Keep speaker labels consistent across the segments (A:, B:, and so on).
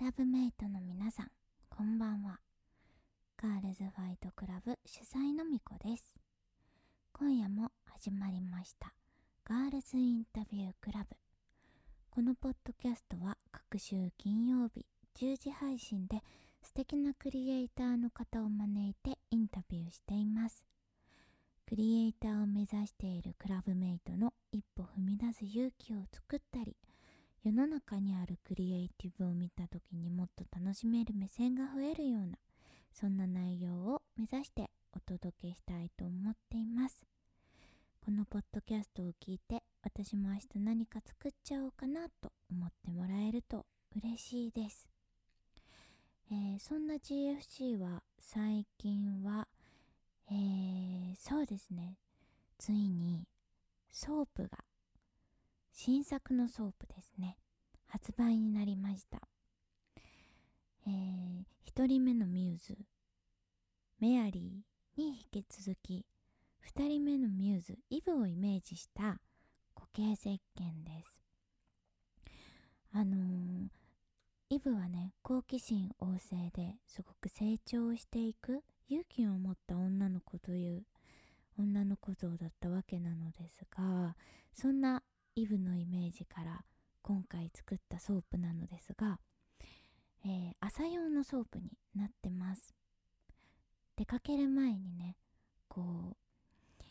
A: ラブメイトの皆さん、こんばんは。ガールズファイトクラブ主催のみこです。今夜も始まりました。ガールズインタビュークラブ。このポッドキャストは各週金曜日10時配信で素敵なクリエイターの方を招いてインタビューしています。クリエイターを目指しているクラブメイトの一歩踏み出す勇気を作ったり、世の中にあるクリエイティブを見た時にもっと楽しめる目線が増えるようなそんな内容を目指してお届けしたいと思っていますこのポッドキャストを聞いて私も明日何か作っちゃおうかなと思ってもらえると嬉しいです、えーそんな GFC は最近は、えーそうですねついにソープが新作のソープですね発売になりましたえー、1人目のミューズメアリーに引き続き2人目のミューズイブをイメージした固形石鹸ですあのーイブはね好奇心旺盛ですごく成長していく勇気を持った女の子という女の子像だったわけなのですがそんなイブのイメージから今回作ったソープなのですが、えー朝用のソープになってます出かける前にねこう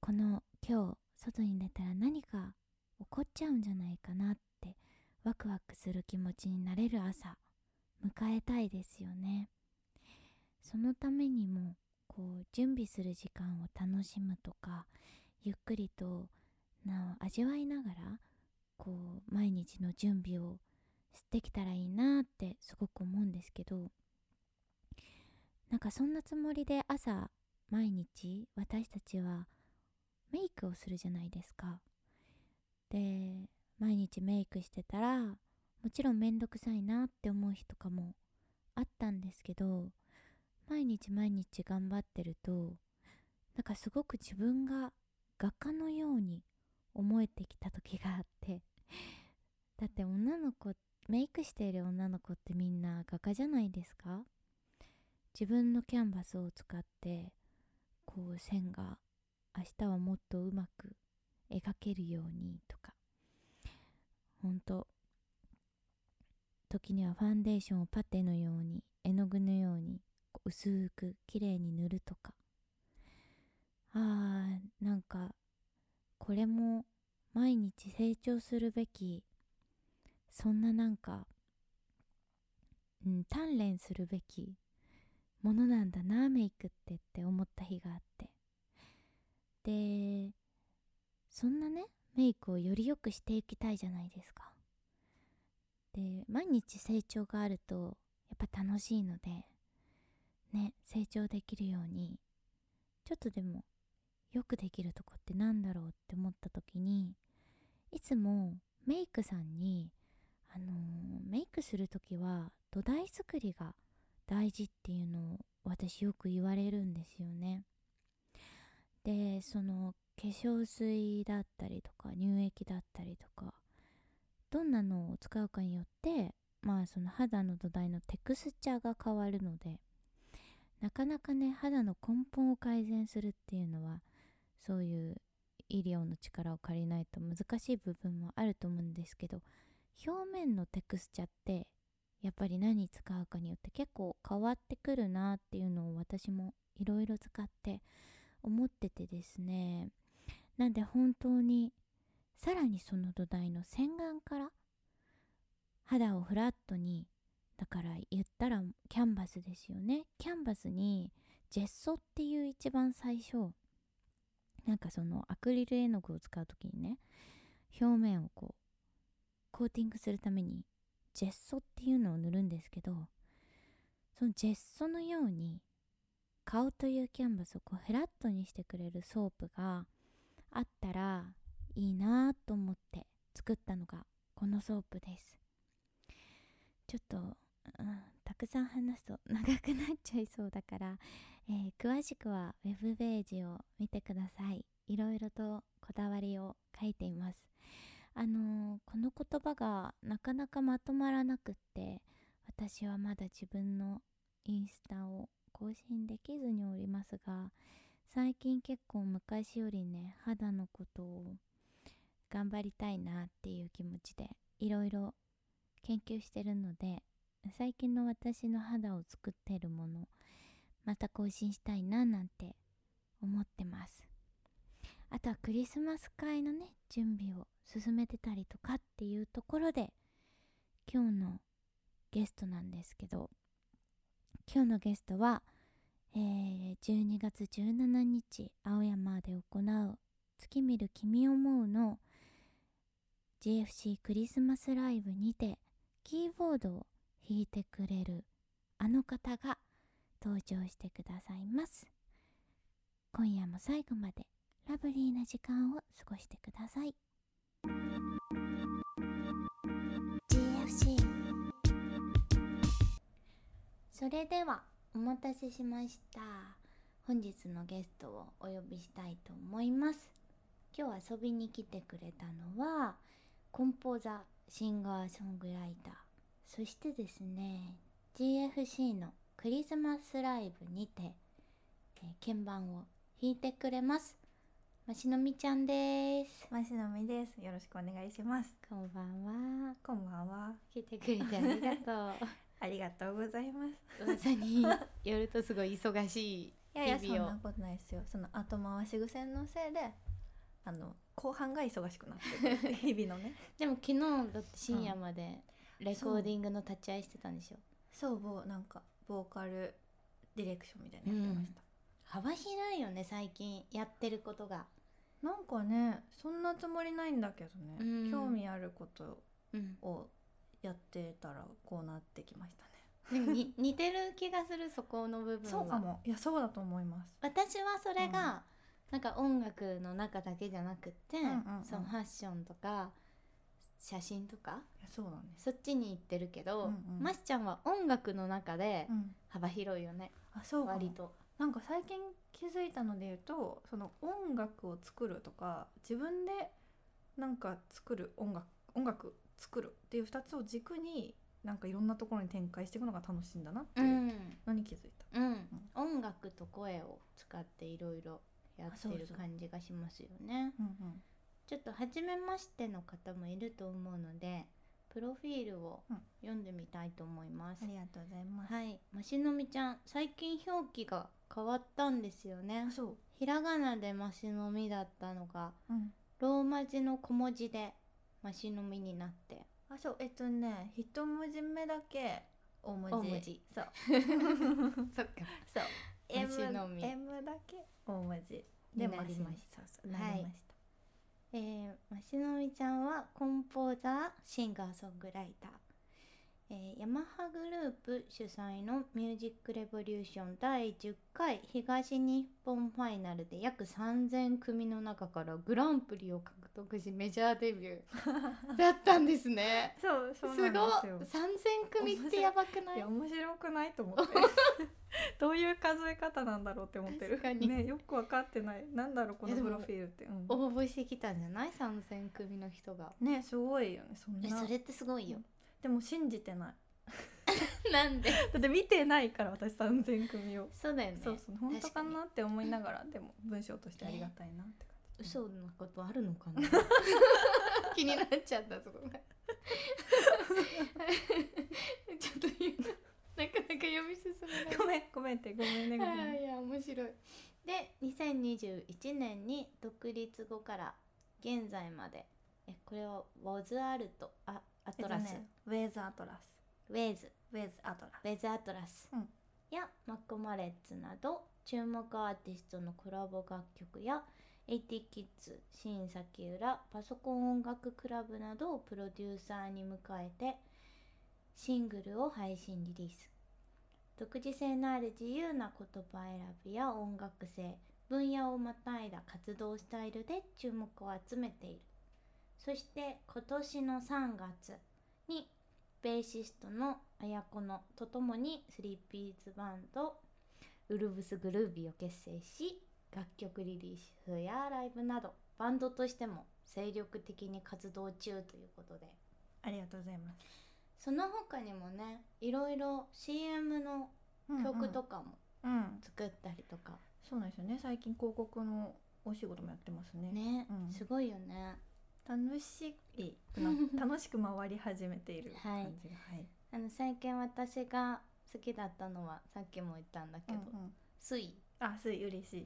A: この今日外に出たら何か起こっちゃうんじゃないかなってワクワクする気持ちになれる朝迎えたいですよねそのためにもこう準備する時間を楽しむとかゆっくりとな味わいながらこう毎日の準備をしてきたらいいなってすごく思うんですけどなんかそんなつもりで朝毎日私たちはメイクをするじゃないですか。で毎日メイクしてたらもちろん面倒くさいなって思う日とかもあったんですけど毎日毎日頑張ってるとなんかすごく自分が画家のように思えてきた時があって だって女の子メイクしている女の子ってみんな画家じゃないですか自分のキャンバスを使ってこう線が明日はもっとうまく描けるようにとかほんと時にはファンデーションをパテのように絵の具のようにこう薄く綺麗に塗るとかあーなんかこれも毎日成長するべきそんななんか、うん、鍛錬するべきものなんだなメイクってって思った日があってでそんなねメイクをより良くしていきたいじゃないですかで毎日成長があるとやっぱ楽しいのでね成長できるようにちょっとでもよくできるとこってなんだろうって思った時にいつもメイクさんに、あのーメイクする時は土台作りが大事っていうのを私よく言われるんですよね。でその化粧水だったりとか乳液だったりとかどんなのを使うかによってまあその肌の土台のテクスチャーが変わるのでなかなかね肌の根本を改善するっていうのはそういう医療の力を借りないと難しい部分もあると思うんですけど表面のテクスチャってやっぱり何使うかによって結構変わってくるなっていうのを私もいろいろ使って思っててですねなんで本当にさらにその土台の洗顔から肌をフラットにだから言ったらキャンバスですよねキャンバスにジェッソっていう一番最初なんかそのアクリル絵の具を使う時にね表面をこうコーティングするためにジェッソっていうのを塗るんですけどそのジェッソのように顔というキャンバスをこうフラットにしてくれるソープがあったらいいなぁと思って作ったのがこのソープですちょっと、うん、たくさん話すと長くなっちゃいそうだからえー詳しくはウェブページを見てくださいいろいろとこだわりを書いていますあのーこの言葉がなかなかまとまらなくって私はまだ自分のインスタを更新できずにおりますが最近結構昔よりね肌のことを頑張りたいなっていう気持ちでいろいろ研究してるので最近の私の肌を作ってるものまた更新したいななんて思ってますあとはクリスマス会のね準備を進めてたりとかっていうところで今日のゲストなんですけど今日のゲストは、えー12月17日青山で行う「月見る君思う」の GFC クリスマスライブにてキーボードを弾いてくれるあの方が登場してくださいます今夜も最後までラブリーな時間を過ごしてください GFC それではお待たせしました本日のゲストをお呼びしたいと思います今日遊びに来てくれたのはコンポーザーシンガーソングライターそしてですね GFC のクリスマスライブにて、えー鍵盤を弾いてくれますましのみちゃんです
B: マシノミです。よろしくお願いします。
A: こんばんは
B: こんばんは。
A: 来てくれてありがとう
B: ありがとうございま す。
A: 噂によるとすごい忙しい
B: いやいや、そ
A: 日
B: ん
A: 々を
B: なことないですよ。その後回し癖のせいで、あの後半が忙しくなってる 日々のね。
A: でも昨日だって深夜までレコーディングの立ち会いしてたんでしょ
B: そう、ぼうなんかボーカルディレクションみたいなのやってました。
A: 幅広いよね最近やってることが
B: なんかね、そんなつもりないんだけどね。
A: うん
B: 興味あること
A: うん
B: をやってたらこうなってきましたね。
A: でもに似てる気がするそこの部分は
B: そうかも。いや、そうだと思います。
A: 私はそれが、なんか音楽の中だけじゃなくて、
B: んうんうん
A: そのファッションとか写真とか
B: いや、そうだね。
A: そっちに行ってるけど、
B: うんうん
A: ましちゃんは音楽の中で
B: うん。
A: 幅広いよね、
B: あ、そうかも
A: 割。と
B: なんか最近気づいたので言うとその音楽を作るとか自分でなんか作る音楽音楽作るっていう2つを軸になんかいろんなところに展開していくのが楽しいんだなっていうのに気づいた、
A: うん、音楽と声を使っていろいろやってる感じがしますよね
B: うんうん
A: ちょっと初めましての方もいると思うのでプロフィールを
B: うん
A: 読んでみたいと思います、
B: ありがとうございます、
A: はい、ましのみちゃん最近表記が変わったんですよね
B: あそう、
A: ひらがなでましのみだったのが
B: うん、
A: ローマ字の小文字でましのみになって
B: あそうえっとね一文字目だけ大文字
A: 大文字
B: そう
A: そっか
B: そう M,
A: 虫の実
B: M だけ大文字
A: になりまし
B: そうそうなりました、
A: えー、ましのみちゃんはコンポーザーシンガーソングライター、えーヤマハグループ主催のミュージックレボリューション第10回東日本ファイナルで約3000組の中からグランプリを獲得しメジャーデビュ ーだったんですね
B: そう
A: す
B: そ
A: ご
B: う
A: い
B: なんですよ
A: 3000組ってやばくない
B: いや面白くないと思って どういう数え方なんだろうって思ってる
A: 確かに
B: ね、よく分かってないなんだろうこ
A: いや
B: の
A: で
B: プ
A: も
B: ロフィールって、うん
A: 応募してきたんじゃない3000組の人が
B: ねすごいよねそん
A: え
B: な
A: それってすごいよ
B: でも信じてな い
A: なんで
B: だって見てないから私3000組を、
A: そうだよね
B: そうそう本当
A: 確か
B: か
A: に
B: なって思いながらでも文章としてありがたいなって感じ、
A: 嘘なことあるのかな 気になっちゃったそこが ちょっと今なかなか読み進めない
B: ごめんごめんってごめんねごめん
A: あーいや面白いで2021年に独立後から現在までえこれはウォズアルトあア
B: えっ
A: ト
B: と
A: ラス、
B: ねウェザーアトラス
A: ウェーズ
B: ウェザーアトラ
A: ウェズアトラス、
B: うん
A: やマックマレッツなど注目アーティストのコラボ楽曲や AT キッズ新崎浦パソコン音楽クラブなどをプロデューサーに迎えてシングルを配信リリース独自性のある自由な言葉選びや音楽性分野をまたいだ活動スタイルで注目を集めているそして今年の3月にベーシストの綾子のとともにスリーピーズバンドウルブスグルービーを結成し楽曲リリースやライブなどバンドとしても精力的に活動中ということで
B: スありがとうございます
A: その他にもねいろいろ CM の曲とかも
B: うんうん、うん
A: 作ったりとか、
B: そうなんですよね最近広告のお仕事もやってますね
A: ね、
B: うん
A: すごいよね
B: 楽しいな 楽しく回り始めている
A: はい
B: 感じがはい、
A: あの最近私が好きだったのはさっきも言ったんだけど、
B: うんうん
A: 水
B: あすい嬉し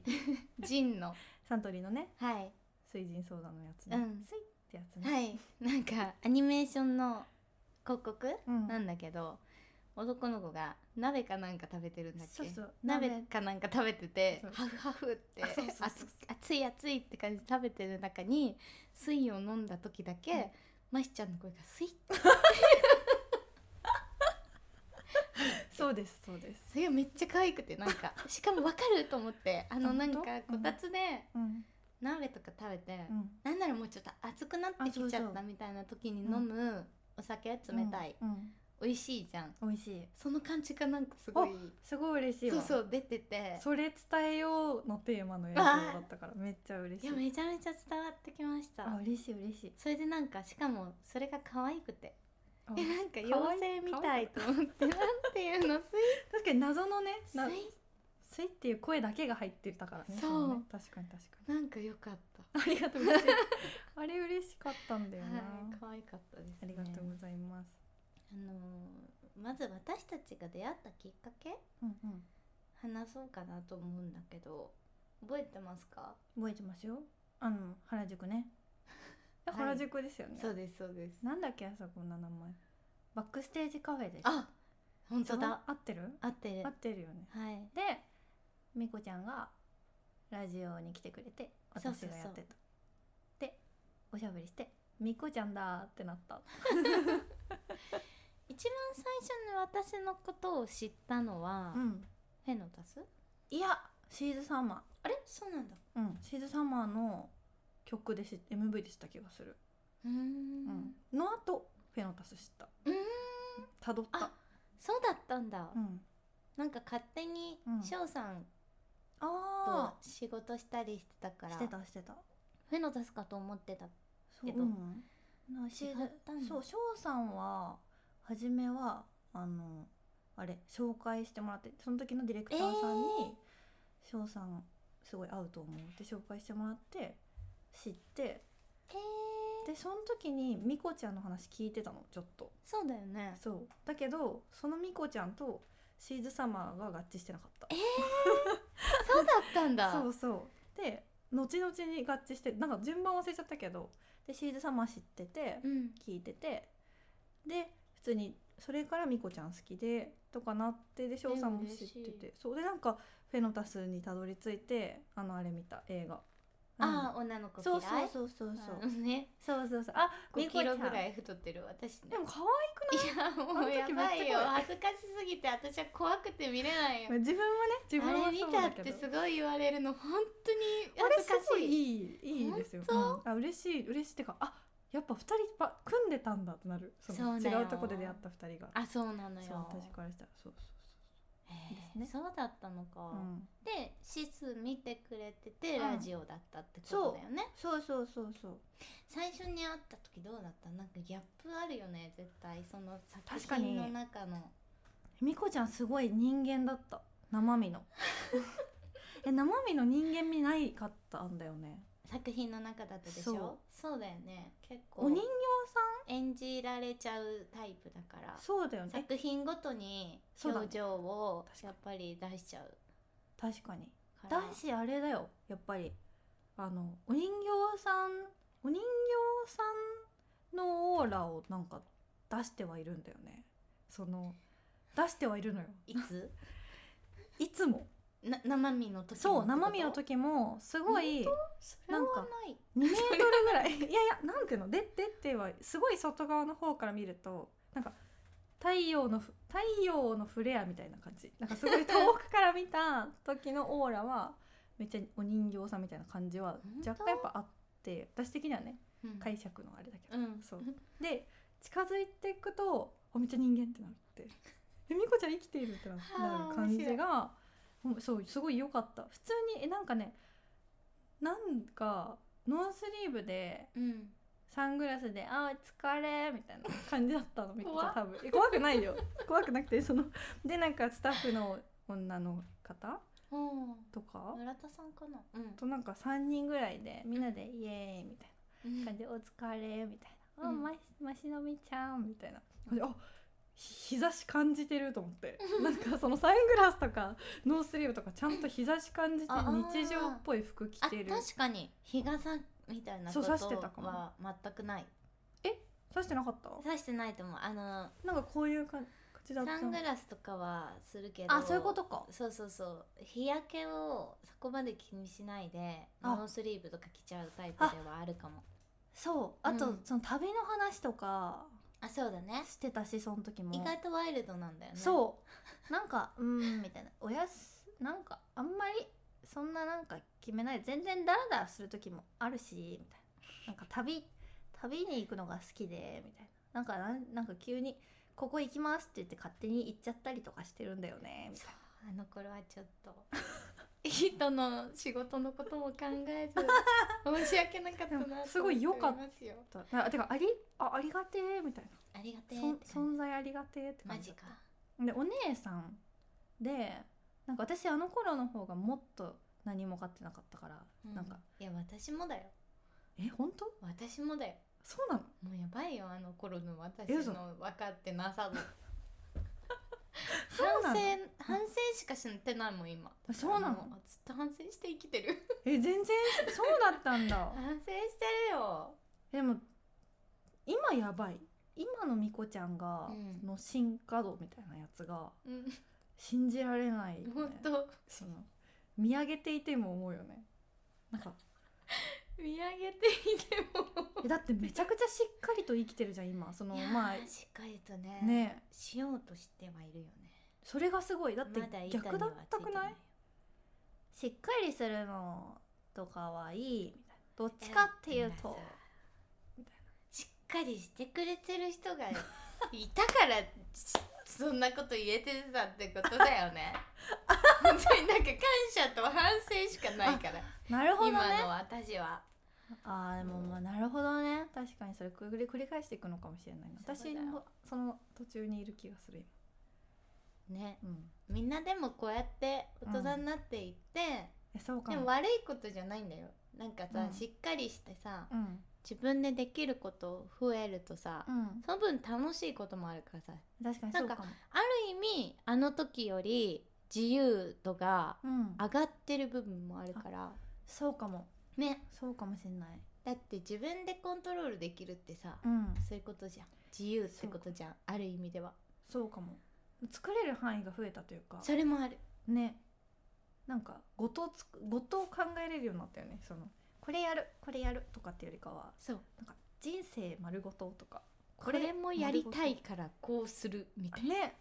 B: い
A: ジンの
B: サントリーのね
A: はい
B: 水人相談のやつね、
A: うん
B: すいってやつね、
A: はいなんかアニメーションの広告
B: うん
A: なんだけど、男の子が鍋かなんか食べてるんだっけ
B: そうそう
A: 鍋かなんか食べてて
B: そう
A: ハフハフって
B: あそうそうそう
A: 熱熱い熱いって感じで食べてる中に水を飲んだ時だけ、
B: うん
A: ましちゃんの声が「水」
B: そうですそうです、
A: それがめっちゃ可愛くてなん かしかも分かると思ってあの
B: あ
A: なんか
B: 本当
A: こたつで
B: うん
A: 鍋とか食べて、
B: うん、
A: なんならもうちょっと熱くなってきち
B: あ
A: ゃ
B: そ
A: っ
B: うそ
A: た
B: う
A: みたいな時に飲むお酒冷たい、
B: うんうん
A: 美味しいじゃん
B: 美味しい
A: その感じがなんかすごい
B: すごい嬉しいわ
A: そうそう出てて
B: それ伝えようのテーマの映像だったからめっちゃ嬉
A: い
B: し
A: や
B: い
A: めちゃめちゃ伝わってきました
B: あ嬉しい嬉しい
A: それでなんかしかもそれが可愛くて
B: あ
A: えなんか
B: 可愛い
A: 妖精みたいと思ってなんていうの
B: 確かに謎のね
A: スイ
B: な
A: ス
B: スイっていう声だけが入ってたからね
A: そう
B: のね確かに確か
A: イなんか良かった
B: にありがとう嬉しいあれ嬉しかったんだよな、
A: はい可愛かったですね
B: ありがとうございます
A: あのーまず私たちが出会ったきっかけ
B: うんうん
A: 話そうかなと思うんだけど覚えてますか
B: 覚えてますよあの原宿 ねえ
A: はい
B: 原宿ですよね、
A: そうですそうです
B: なんだっけあそこの名前バックステージカフェです
A: あ本当だ
B: 合ってる
A: 合ってる
B: 合ってるよね
A: はい
B: でみこちゃんがラジオに来てくれて
A: そうそ
B: 私
A: うそう
B: がやってたでおしゃべりして「みこちゃんだ」ってなった
A: 一番最初に私のことを知ったのは、
B: ん
A: フェノタス
B: いやシーズサマ
A: あれそうなんだ
B: ーうんシーズサマーの曲でし MV でした気がする、
A: うーんん
B: の後フェノタス知った
A: うーん
B: たどった
A: あそうだったんだ、
B: うん
A: なんか勝手に
B: うん
A: 翔さんと
B: あ
A: 仕事したりしてたか
B: あ
A: ら、
B: してたしてた
A: フェノタスかと思ってた
B: そう
A: けど
B: うんなシーズ
A: 違ったんだ
B: そう翔さんは初めはあのあれ紹介してもらってその時のディレクターさん
A: え
B: に「翔、さんすごい合うと思う」って紹介してもらって知って
A: えー、
B: でその時にみこちゃんの話聞いてたのちょっと
A: そうだよね
B: そうだけどそのみこちゃんとシーズサマーが合致してなかった
A: そうだったんだ
B: そうそうで後々に合致してなんか順番忘れちゃったけどでシーズサマー知ってて、
A: うん
B: 聞いててで普通にそれからみこちゃん好きでとかなってで翔さんも知っ
A: え
B: て
A: 嬉して
B: そうでなんかフェノタスにたどり着いてあのあれ見た映画
A: ああ女の子
B: あ
A: 嫌
B: そ
A: いう
B: そうそうそう
A: あのね
B: そうそうそうそうあみ
A: 5
B: こ
A: キ
B: ちゃ
A: ロ
B: ん
A: ぐらい太ってる私ね
B: でも可
A: いやもうやばいよ
B: あ
A: 恥ずかしすぎて私は怖くて見れないよ
B: 愛い自分はね自分
A: あれ
B: は
A: 見
B: そう
A: た
B: だ
A: っ
B: け
A: て
B: ど
A: すごい言われるの本当に
B: あれ
A: 恥
B: す
A: ずか
B: ご
A: し
B: い
A: い
B: いいいいですよ、
A: 本
B: うんあ嬉しい嬉しいってかあやっぱ二人ば組んでたんだってなるその
A: そうだよ
B: 違うとこで出会った二人が
A: あそうなの
B: そう
A: よ
B: 私からしたらそうそう
A: へえ
B: ですね
A: そうだったのか、
B: そう、うん、
A: でシス見てくれてて
B: うん
A: ラジオだったってことだよね、
B: そうそうそうそう
A: 最初に会った時どうだったなんかギャップあるよね絶対その
B: 確
A: 作
B: かに
A: 品の中の
B: みこちゃんすごい人間だった生 身のえ生身の人間味ないかったんだよね
A: 作品の中だったでしょ
B: そう
A: そうだよね結構
B: お人形
A: 演じられちゃうタイプだから
B: さんそうだよねえ
A: 作品ごとに
B: そうだね
A: 表情を
B: 確かに
A: やっぱり出しちゃう
B: 確かに
A: から
B: だしあれだよやっぱりあのお人形さんお人形さんのオーラをなんか出してはいるんだよねその出してはいるのよ
A: いつ
B: いつも
A: な生身の時もってこ
B: そう
A: と
B: 生身の時もすごい
A: それは
B: なんか
A: ない
B: 2メートルぐらいいやいやなんていうのででってはすごい外側の方から見るとなんか太陽のふ太陽のフレアみたいな感じなんかすごい遠くから見た時のオーラはめっちゃお人形さんみたいな感じは
A: 本当
B: 若干やっぱあって私的にはね
A: うん
B: 解釈のあれだけど、
A: うん
B: そうで近づいていくとおめっちゃ人間ってなってえみこちゃん生きているってななる感じがもうそうすごい良かった普通にえなんかねなんかノースリーブで
A: うん
B: サングラスで「あー疲れ」みたいな感じだったのみっち
A: 怖
B: ゃ
A: っ
B: ん多分え怖くないよ 怖くなくてそのでなんかスタッフの女の方
A: うん
B: とか
A: 村田さんかなうん
B: となんか3人ぐらいでみんなで「イエーイ」みたいな。感じで「お疲れ」みたいな「あ
A: うん
B: まましのみちゃん」みたいな感じであひ日差し感じてると思って なんかそのサングラスとかノースリーブとかちゃんと日差し感じて
A: ああー
B: 日常っぽい服着
A: あ
B: てる
A: 確かに日傘みたいな
B: そ
A: こ
B: う
A: と
B: 差してたかも
A: は全くない
B: さしてなかった
A: 差してないと思うあの
B: なんかこういう感じだった
A: サングラスとかはするけど
B: あそういうことか
A: そうそうそう日焼けをそこまで気にしないで
B: あ
A: ノースリーブとか着ちゃうタイプではあるかも
B: そうあ
A: う
B: と、
A: ん
B: その旅の話とか
A: あそうだね
B: してたしその時も
A: 意外とワイルドなんだよねう
B: そうなんかうーんみたいなおやすなんかあんまりそんななんか決めない全然ダラダラする時もあるしみたいななんか旅旅に行くのが好きでみたいななんかなんなんか急に「ここ行きます」って言って勝手に行っちゃったりとかしてるんだよねみたい
A: あの頃はちょっと 人の仕事のことも考えず申 し訳なかったな
B: でも
A: と
B: すごい良かっ
A: 思ますよ
B: なだからてかありあありがてえみたいな
A: ありがてえ
B: そん
A: って感
B: 存在ありがてえって
A: じマ
B: 感じ
A: ジ
B: だっ
A: か
B: たでお姉さんでなんか私あの頃の方がもっと何も買ってなかったから、
A: う
B: なんか
A: いや私もだよ
B: え本当
A: 私もだよ
B: そうなの
A: もうやばいよあの頃の私
B: え嘘
A: の分かってなさ度
B: そうな
A: 反
B: の
A: 省反省しかしてないもん今
B: あそうなの
A: もずっと反省して生きてる
B: え全然そうだったんだ
A: 反省してるよ
B: でも今やばい今のみこちゃんが、
A: うん
B: その進化度みたいなやつが
A: うん
B: 信じられないよね
A: 本当
B: その見上げていても思うよねなんか
A: 見上げていても
B: えだってめちゃくちゃしっかりと生きてるじゃん今その
A: いやー
B: ま
A: しっかりとね
B: あね
A: しようとしてはいるよね
B: それがすごいだ
A: だ
B: って逆だったくない,、しっかりするのとかはいいみたいなどっみたいな
A: しっかりしてくれてる人が いたからしそんなこと言えてたってことだよね本当になんか感謝と反省しかないから、
B: なるほどね
A: 今の私は
B: あーでもまあなるほどね確かにそれ繰り繰り返していくのかもしれないな
A: そうだ
B: 私
A: よ
B: もその途中にいる気がする
A: ね
B: 今、うん、
A: みんなでもこうやって大人になっていって、
B: えそうか
A: で
B: も
A: も悪いことじゃないんだよなんかさ、
B: うん
A: しっかりしてさ
B: うん
A: 自分でできること増えるとさ、
B: うん、
A: その分楽しいこともあるからさ
B: 確かにそうかも
A: ある意味あの時より自由度が
B: うん
A: 上がってる部分もあるから
B: そうかも
A: ね
B: そうかもしれない
A: だって自分でコントロールできるってさ、
B: うん
A: そういうことじゃん自由ってことじゃんある意味では
B: そうかも作れる範囲が増えたというか
A: それもある
B: ねなんかごとつくごとを考えれるようになったよねそのこれやるこれやるとかっていうよりかは
A: そう
B: なんか人生丸ごととか
A: これもやりたいからこうするみたいな
B: ね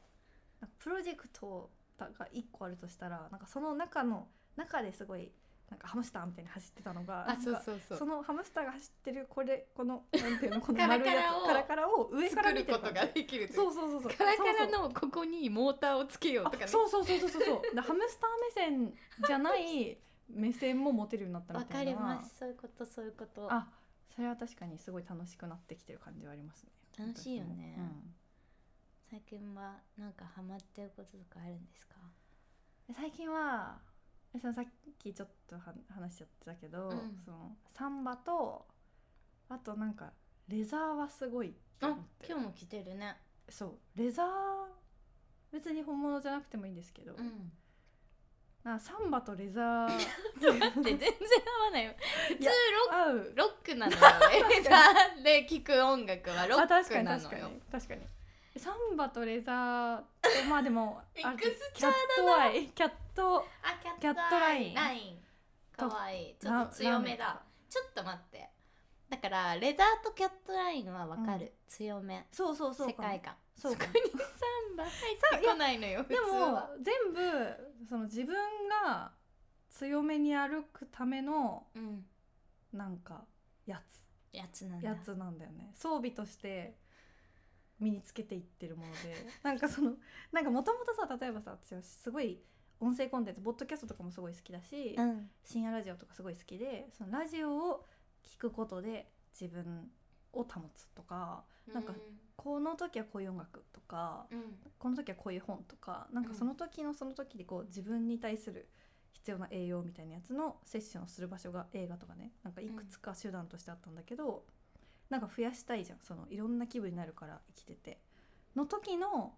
B: なんかプロジェクトが1個あるとしたらなんかその中の中ですごいなんかハムスターみたいに走ってたの が
A: あそう
B: なんか
A: そうそう
B: そのハムスターが走ってるこれこのなん ていうのこの
A: カラ
B: 丸
A: カ
B: いや
A: ラを
B: つカラカラを上から
A: 作
B: 見
A: る
B: て
A: こ
B: る
A: と
B: 感
A: が
B: じ
A: できる
B: そううそうそうそう
A: カラカラのここにモーターをつけようとかね
B: そうそうそうそうそうそうそうでハムスター目線じゃない目線も持てるようになったみ
A: わ
B: た
A: か
B: いな
A: り
B: のは
A: ますそういうことそういうこと
B: あそれは確かにすごい楽しくなってきてる感じはありますね
A: 楽しいよね
B: うん
A: 最近はなんかハマってることとかあるんですか
B: 最近はそのさっきちょっとは話しちゃってたけど、
A: うん
B: そのサンバとあとなんかレザーはすごいって思
A: あ
B: って
A: 今日も来てるね
B: そうレザー別に本物じゃなくてもいいんですけど、
A: うん
B: なんかサンバとレザー
A: だって全然合わないよ普通
B: い
A: ロ
B: や合う
A: ッロックなのよレザーで聴く音楽 はロ
B: あ
A: ッ
B: 確か
A: ク
B: に
A: な
B: 確か
A: の
B: に
A: よ
B: 確かにサンバとレザーとまあで も
A: ミ
B: あ
A: ッ
B: れ
A: クス
B: キ
A: チ
B: ャ
A: ャ
B: ッ
A: ー
B: トアイキャット
A: あキャ
B: キャットライン
A: ラインかわいいちょっと
B: ラ
A: 強
B: ーメ
A: め
B: ンとか
A: だちょっと待ってだからレザーとキャットラインはわかる、
B: うん
A: 強め
B: そうそうそう
A: 世
B: かも
A: 界観
B: そうか
A: こ
B: も
A: にサンバ入ってこないのよ普
B: で
A: 通
B: も
A: は
B: 全部その自分が強めに歩くための
A: うん
B: なんかやつ
A: やつなんだ
B: やつなんだよね装備として身につけていってるもので なんかそのなんかもともとさ例えばさ私はすごい音声コンテンツボッドキャストとかもすごい好きだし、
A: うん
B: 深夜ラジオとかすごい好きでそのラジオを聞くことで自分を保つとか
A: う
B: なんかこの時はこういう音楽とか
A: うん
B: この時はこういう本とかなんかその時のその時でこう自分に対する必要な栄養みたいなやつのセッションをする場所が映画とかねなんかいくつか手段としてあったんだけど、なんか増やしたいじゃんそのいろんな気分になるから生きてての時の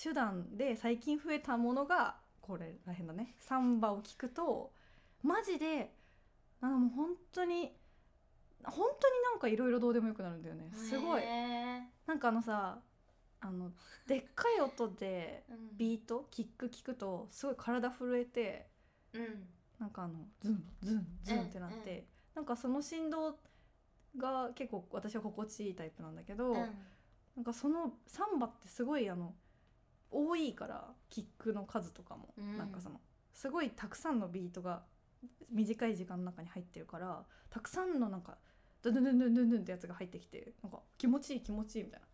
B: 手段で最近増えたものがこれらへんだねサンバを聞くとマジでなんかもう本当に本当になんかいろいろどうでもよくなるんだよねすごい
A: へ。え
B: なんかあのさあのでっかい音で
A: うん
B: ビートキック聞くとすごい体震えて
A: うん
B: なんかあのズンズンズンってなって、
A: うん
B: なんかその振動が結構私は心地いいタイプなんだけど、
A: うん
B: なんかそのサンバってすごいあの多いからキックの数とかも、
A: うん
B: なんかそのすごいたくさんのビートが短い時間の中に入ってるからたくさんのなんかドゥンドゥンドゥンドゥンドゥンってやつが入ってきてなんか気持ちいい気持ちいいみたいな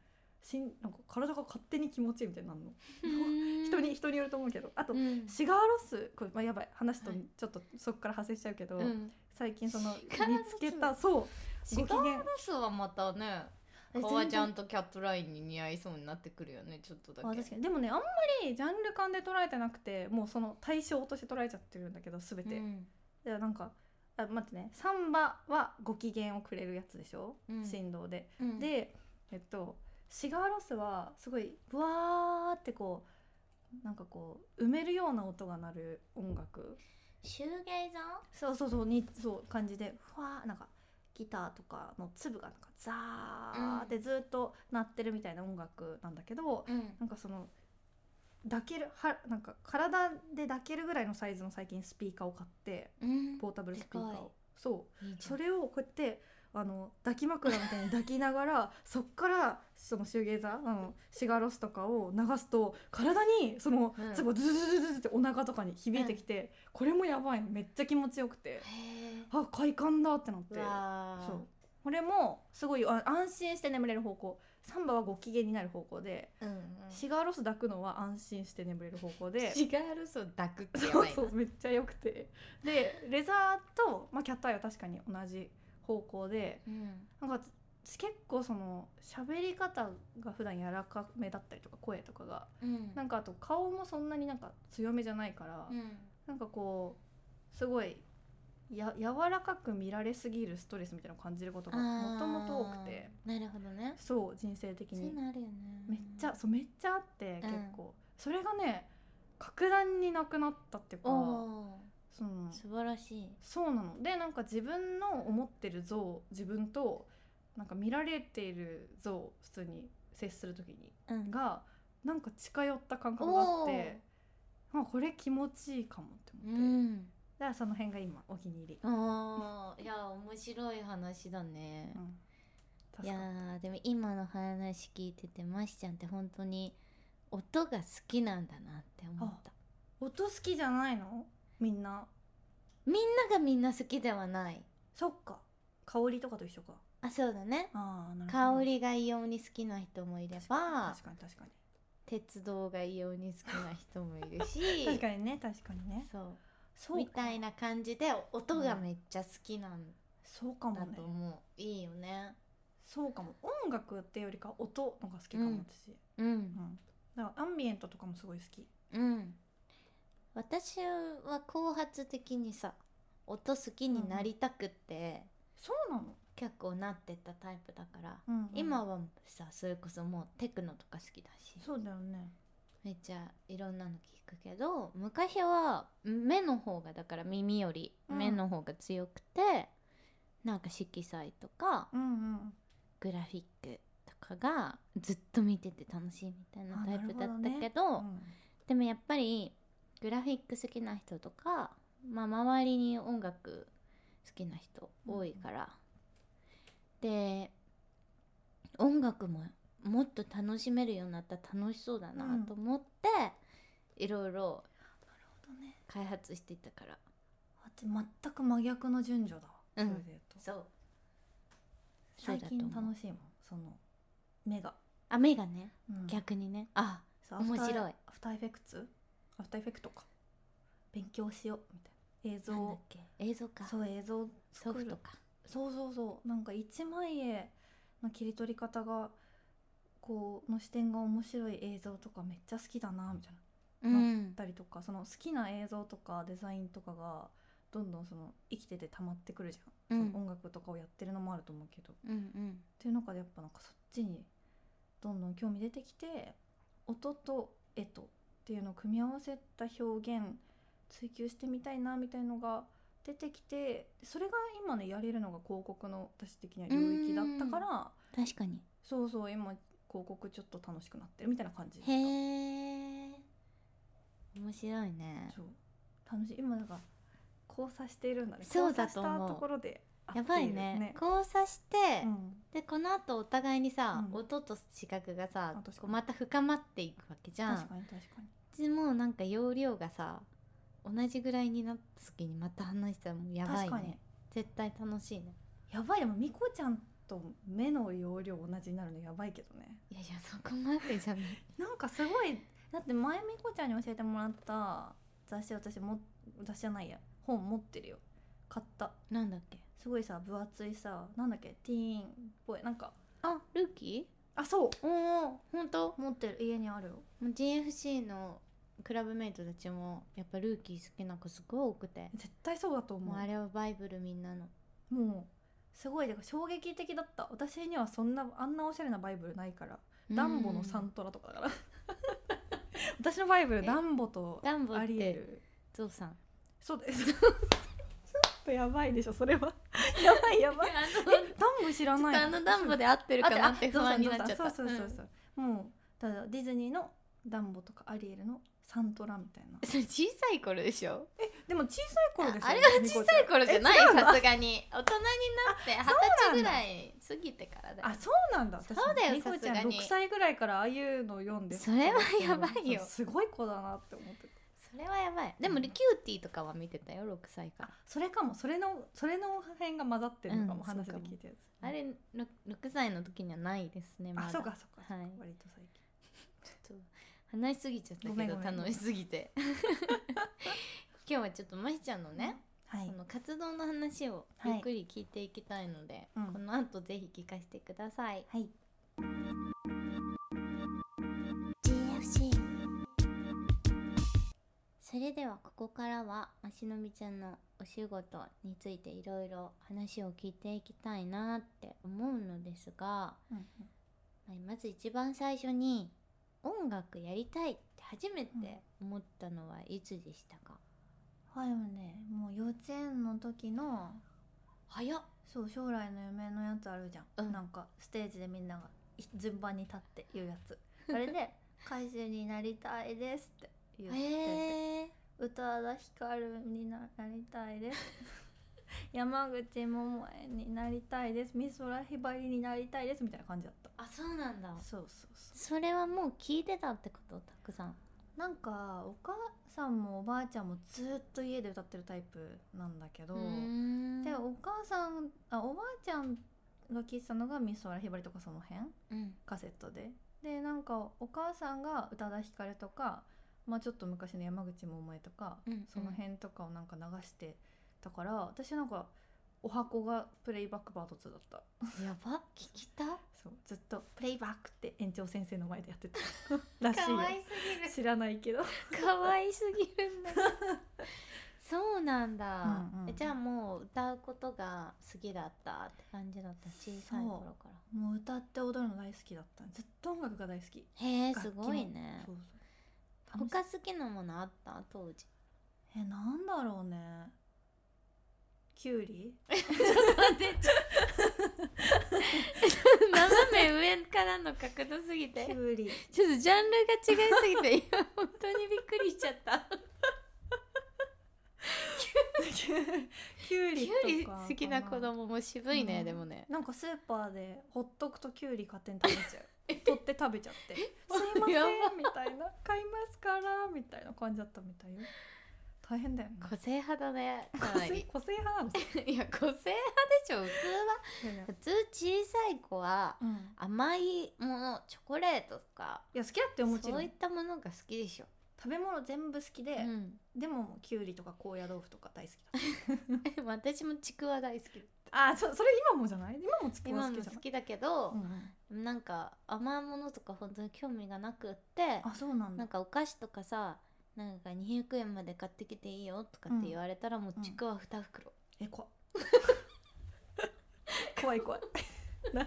B: しんなんか体が勝手に気持ちいいみたいになるの人に人によると思うけどあと、
A: うん
B: シガーロスこれ、まあ、やばい話と
A: はい
B: ちょっとそこから派生しちゃうけど、
A: うん
B: 最近その
A: シガーロ
B: 見
A: ス
B: つけたそう
A: シ
B: ご機
A: ガー
B: 嫌
A: ロスはまたね
B: え
A: 革
B: 全
A: ちゃ
B: 然
A: んとキャットラインに似合いそうになってくるよねちょっとだけ
B: あ確かにでもねあんまりジャンル感で捉えてなくてもうその対象として捉えちゃってるんだけど全て、
A: うん
B: じゃあなんかあ待ってねサンバはご機嫌をくれるやつでしょ、
A: うん
B: 振動で、
A: うん
B: でえっとシガーロスはすごいブワーってこうなんかこう埋めるような音が鳴る音楽
A: シューゲイザ
B: そうそうそうにそう感じでふわーなんかギターとかの粒がなんかザーってずっと鳴ってるみたいな音楽なんだけど、
A: ーうん
B: なんかその抱けるはなんか体で抱けるぐらいのサイズの最近スピーカーを買って
A: うん
B: ポータブルスピーカー
A: でか
B: をそう
A: いいじゃ
B: そ
A: ん
B: れをこうやってあの抱き枕みたいに抱きながら そっからそのシューゲーザーあのシガーロスとかを流すと体にその
A: うん
B: つぼズズズズズってお腹とかに響いてきて、これもやばいめっちゃ気持ちよくて
A: へえ
B: あ快感だってなって。
A: わあ
B: そうこれもすごいあ安心して眠れる方向サンバはご機嫌になる方向で
A: うんうん
B: シガーロス抱くのは安心して眠れる方 向で
A: シガールソ抱くってや
B: そう
A: ばいな
B: そうめっちゃ良くてでレザーと、まあ、キャットアイは確かに同じ方向で
A: うん
B: なんかつ結構その喋り方が普段柔らかめだったりとか声とかが
A: うん
B: なんかあと顔もそんなになんか強めじゃないから、
A: うん
B: なんかこうすごいや柔らかく見られすぎるストレスみたいなのを感じることがもともと多くて
A: あーなるほどね
B: そう人生的
A: そうい
B: に
A: うのあるよね
B: めっちゃそうめっちゃあって
A: うん
B: 結構、それがね格段になくなったっていうか
A: おお
B: その
A: ー素晴らしい
B: そうなのでなんか自分の思ってる像自分となんか見られている像普通に接する時に
A: うん
B: がなんか近寄った感覚があってあこれ気持ちいいかもって
A: う
B: 思って、だ
A: ん
B: からその辺が今お気に入り、
A: あーいや面白い話だね
B: うん、
A: い
B: 確
A: や
B: かに
A: ーでも今の話聞いててましちゃんって本当に音が好きなんだなって思った
B: 音好きじゃないのみんな
A: みんながみんな好きではない
B: そっか香りとかと一緒か
A: あそうだね
B: あーなるほど
A: 香りが異様に好きな人もいれば
B: 確かに確かに
A: 鉄道が異様に好きな人もいるし
B: 確かにね確かにね
A: そう
B: そう
A: みたいな感じで音がめっちゃ好きなん
B: そうかも
A: だ
B: ね
A: と思う、いいよね
B: そうかも音楽っていうよりか音のが好きかも
A: うん
B: 私、
A: う
B: うん
A: ん
B: だからアンビエントとかもすごい好き
A: うん私は後発的にさ音好きになりたくって
B: そうなの、
A: 結構なってったタイプだから、
B: うんうん
A: 今はさそれこそもうテクノとか好きだし
B: そうだよね
A: めっちゃいろんなの聞くけど昔は目の方がだから耳より
B: うん
A: 目の方が強くて、なんか色彩とか
B: うんうん
A: グラフィックとかがずっと見てて楽しいみたいな
B: あ
A: タイプだった
B: なるほどね
A: けど
B: うん
A: でもやっぱりグラフィック好きな人とか、まあ、周りに音楽好きな人多いから、で音楽ももっと楽しめるようになったら楽しそうだなと思って、いろいろ
B: なるほどね
A: 開発していったから
B: あって全く真逆の順序だ、
A: うん
B: それで言うと
A: そう
B: 最近
A: そうだと思う
B: 楽しいもんその目が、
A: あ目がね
B: うん
A: 逆にね、あ
B: そうアフター
A: 面白い
B: アフターエフェクツアフターエフェクトか勉強しようみたいな映像
A: なんだっけ映像か
B: そう映像
A: ソ
B: 作
A: フ
B: る
A: トか
B: そうそうそうなんか一枚絵の切り取り方がこうの視点が面白い映像とかめっちゃ好きだなみたいな
A: うん
B: ったりとかその好きな映像とかデザインとかがどんどんその生きてて溜まってくるじゃ
A: う
B: ん、
A: ん
B: その音楽とかをやってるのもあると思うけどっ
A: うん
B: ていう中でやっぱなんかそっちにどんどん興味出てきて音と絵とっていうのを組み合わせた表現追求してみたいなみたいのが出てきてそれが今ねやれるのが広告の私的には領域だったから
A: 確かに
B: そうそう今広告ちょっと楽しくなってるみたいな感じ
A: へえ面白いね
B: そう楽しい今なんか交差しているんだね
A: そうだと思う
B: 交差したところで合
A: や
B: って
A: ば
B: い
A: い
B: る
A: ね交差して、
B: うん
A: でこの後お互いにさ、
B: うん
A: 音と視覚が
B: あ
A: さ
B: 確かに
A: こうまた深まっていくわけじゃん
B: 確かに確かに
A: うちもなんか容量がさ同じぐらいになった時にまた話したらもうやばい
B: 確かに
A: ね絶対楽しいね
B: やばいでもみこちゃんと目の容量同じになるのやばいけどね
A: いやいやそこまでじゃない
B: なんかすごいだって前みこちゃんに教えてもらった雑誌私も雑誌じゃないや本持ってるよ買った
A: なんだっけ
B: すごいさ分厚いさなんだっけティーンっぽいなんか
A: あルーキ
B: あそう
A: ーおお本当も
B: 持ってる家にあるよ
A: う GFC のクラブメイトたちもやっぱルーキー好きな子すごい多くて
B: 絶対そうだと思
A: も
B: う
A: うあれはバイブルみんなの
B: もうすごいだから衝撃的だった私にはそんなあんなおしゃれなバイブルないからダンボのサントラとかだから 私のバイブル
A: え
B: ダンボと
A: ダンボって
B: アリエル
A: ゾウさん
B: そうです ちょっとやばいでしょそれは やばいやばいえダンボ知らない
A: あのダンボで合ってる
B: あ
A: か
B: って
A: なって
B: あ
A: 不安になっちゃった
B: そうそうそうそうそう、もうただディズニーのダンボとかアリエルのサントラみたいな
A: それ小さい頃でしょ
B: でも小さい頃でしょ
A: あれは小さい頃じゃない
B: え違うの
A: さすがに大人になって二十歳
B: そうなんだ
A: ぐらい過ぎてからだよ
B: あそうなんだ
A: そ
B: 私
A: うだよ
B: みこち
A: さす
B: ゃん
A: がに
B: 6歳ぐらいからああいうのを読んで
A: それはやばいよ
B: そうすごい子だなって思ってた
A: それはやばいでも
B: うん
A: キューティーとかは見てたよ6歳か
B: あ
A: ら
B: それかもそれのそれの辺が混ざってるのかも、
A: うん
B: 話
A: そう
B: で
A: かも
B: 聞いたやつ
A: あれ 6, 歳の時にはないですねまだ
B: あそうかそうかそうか、
A: はい
B: 割と最近
A: ちょっと話しすぎちゃった
B: ごめ
A: け
B: ん
A: ど
B: ごめん
A: 楽しすぎ て今日はちょっとまひちゃんのね、
B: はい
A: その活動の話をゆっくり聞いていきたいので、
B: うん
A: この後ぜひ聞かせてください
C: GFC
A: それではここからはましのみちゃんのお仕事についていろいろ話を聞いていきたいなって思うのですが
B: うんうん
A: はいまず一番最初に音楽やりたいって初めて思ったのはいつでしたか、
B: はいもねもう幼稚園の時の
A: 早っ
B: そう将来の夢のやつあるじゃん、
A: うん
B: なんかステージでみんながい順番に立って言うや つあれで「歌手になりたいです」って言ってて、
A: へえ
B: 宇多田ヒカルになりたい です山口百恵になりたいです美空ひばりになりたいですみたいな感じだった
A: あそうなんだ
B: そうそうそ
A: それはもう聞いてたってことたくさん
B: うなんかお母さんもおばあちゃんもずっと家で歌ってるタイプなんだけど
A: ん
B: でお母さんあおばあちゃんが聴いてたのが美空ひばりとかその辺
A: うん
B: カセットででなんかお母さんが宇多田ヒカルとか、まあ、ちょっと昔の山口百恵とか、
A: うんうん
B: その辺とかをなんか流してたから私なんかお箱がプレイバックパート2だった
A: やば聞きた
B: そうずっと「プレイバック」って園長先生の前でやっ てたらしい
A: か
B: よ
A: わいす
B: 知らないけど
A: ぎるかわいすぎるんだけどそうなんだ、
B: うんうん
A: えじゃあもう歌うことが好きだったって感じだった小さい頃か
B: もう歌って踊るの大好きだったずっと音楽が大好き
A: らへえ
B: 楽
A: す
B: 器も
A: ごいね
B: そうそう
A: 他好きなものあった当 時
B: えなんだろうねきゅうり
A: 待ってちょ斜め上からの角度すぎて
B: きゅうり
A: ちょっとジャンルが違いすぎて今本当にびっくりしちゃった
B: きゅう
A: キ
B: り
A: ュ
B: と
A: ウリ
B: かかな
A: 好きな子供も渋いね、
B: うん
A: でもね
B: なんかスーパーでほっとくときゅうり勝手に食べちゃう取って食べち ゃって「すいませ
A: や
B: ん」みたいな「買いますから」みたいな感じだったみたいよ大変だよね
A: 個性派だねか
B: 個
A: な
B: 性
A: り
B: 個性派 なの
A: いや個性派でしょ普通は普通小さい子は
B: うん、
A: 甘いものチョコレートとか
B: いや好きだってもち
A: そ
B: ろ
A: ういっ
B: ん
A: たものが好きでしょ、
B: 食べ物全部好きで、
A: うん、
B: でもきゅうりとか高野豆腐とか大好きだ
A: 私もちくわ大好き
B: あそそれ今もじゃない今もつく
A: 今
B: は好
A: も
B: きじゃ
A: 好
B: ない
A: きだけど
B: う、んうん
A: なんか甘いものとか本当に興味がなくって
B: あそうなんだ
A: なんかお菓子とかさなんか200円まで買ってきていいよとかって言われたら、もうちくわ2袋、
B: え怖っ 怖い怖いな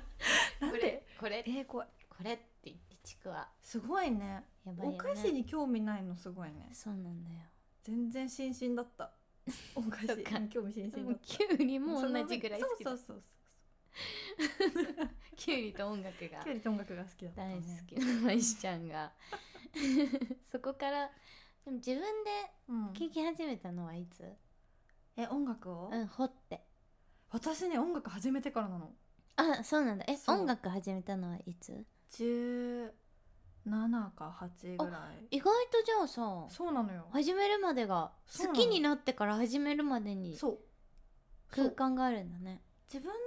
B: なん
A: こ
B: で
A: れこれ
B: えー怖い
A: これって言ってちくわ
B: すごいね
A: やばいよ
B: お
A: ね
B: 菓子に興味ないのすごいね
A: そうなんだよ
B: 全然心身だったお菓子
A: そっか
B: に興味津
A: で
B: 々
A: も
B: だっ
A: う
B: た
A: きゅうりも同じぐらい好きだ
B: そうそうそう
A: きゅうりと音楽が
B: そうきゅうりと音楽が好きだった
A: 大
B: ね
A: 好きなまいしちゃん がそこからでも自分で
B: うん
A: 聴き始めたのはいつ、
B: え音楽を
A: うん、掘って
B: 私ね音楽始めてからなの
A: あそうなんだえ
B: そう
A: 音楽始めたのはいつ
B: 17か8ぐらい
A: 意外とじゃあさ
B: そうなのよ
A: 始めるまでが
B: そう
A: 好
B: なの
A: きになってから始めるまでに
B: そうそ
A: 空
B: う
A: 間があるんだね
B: 自分で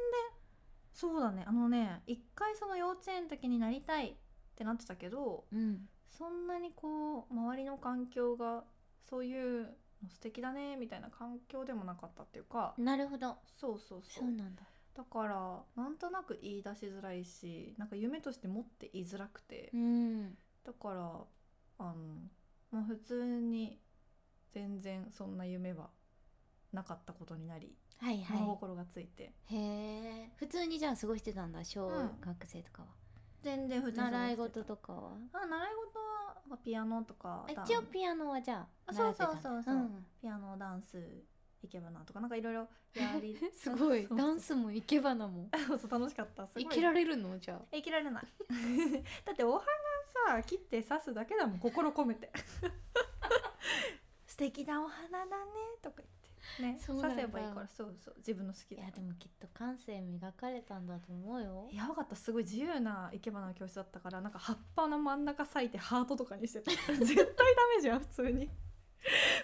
B: そうだねあのね一回その幼稚園の時になりたいってなってたけど
A: うん
B: そんなにこう周りの環境がそういうの素敵だねみたいな環境でもなかったっていうか、
A: なるほど
B: そうそうそ
A: そううなんだ
B: だからなんとなく言い出しづらいしなんか夢として持っていづらくて、
A: うん
B: だからあのもう普通に全然そんな夢はなかったことになり、
A: はい
B: 物
A: は
B: 心がついて
A: いへえ普通にじゃあ過ごしてたんだ小学生とかは、
B: 全然普通に過ごしてた
A: 習い事とかは
B: あ習い事はまあピアノとか
A: あ
B: ダン
A: 一応ピアノはじゃあ
B: あ
A: 習ってたんだ
B: そうそうそうそうんピアノダンスいけばなとかなんかいろいろやり
A: すごい
B: そうそう
A: ダンスもいけばなも
B: そうそう楽しかったすごい
A: いけられるのじゃあ
B: えいけられない だってお花さ切って刺すだけだもん心込 めて素敵なお花だねとか言ってね
A: そうなんだ
B: 刺せばいいからそうそう自分の好き
A: い
B: だ
A: やでもきっと感性磨かれたんだと思うよ
B: やばかったすごい自由な生け花の教室だったからなんか葉っぱの真ん中裂いてハートとかに してた絶対ダメじゃん普通に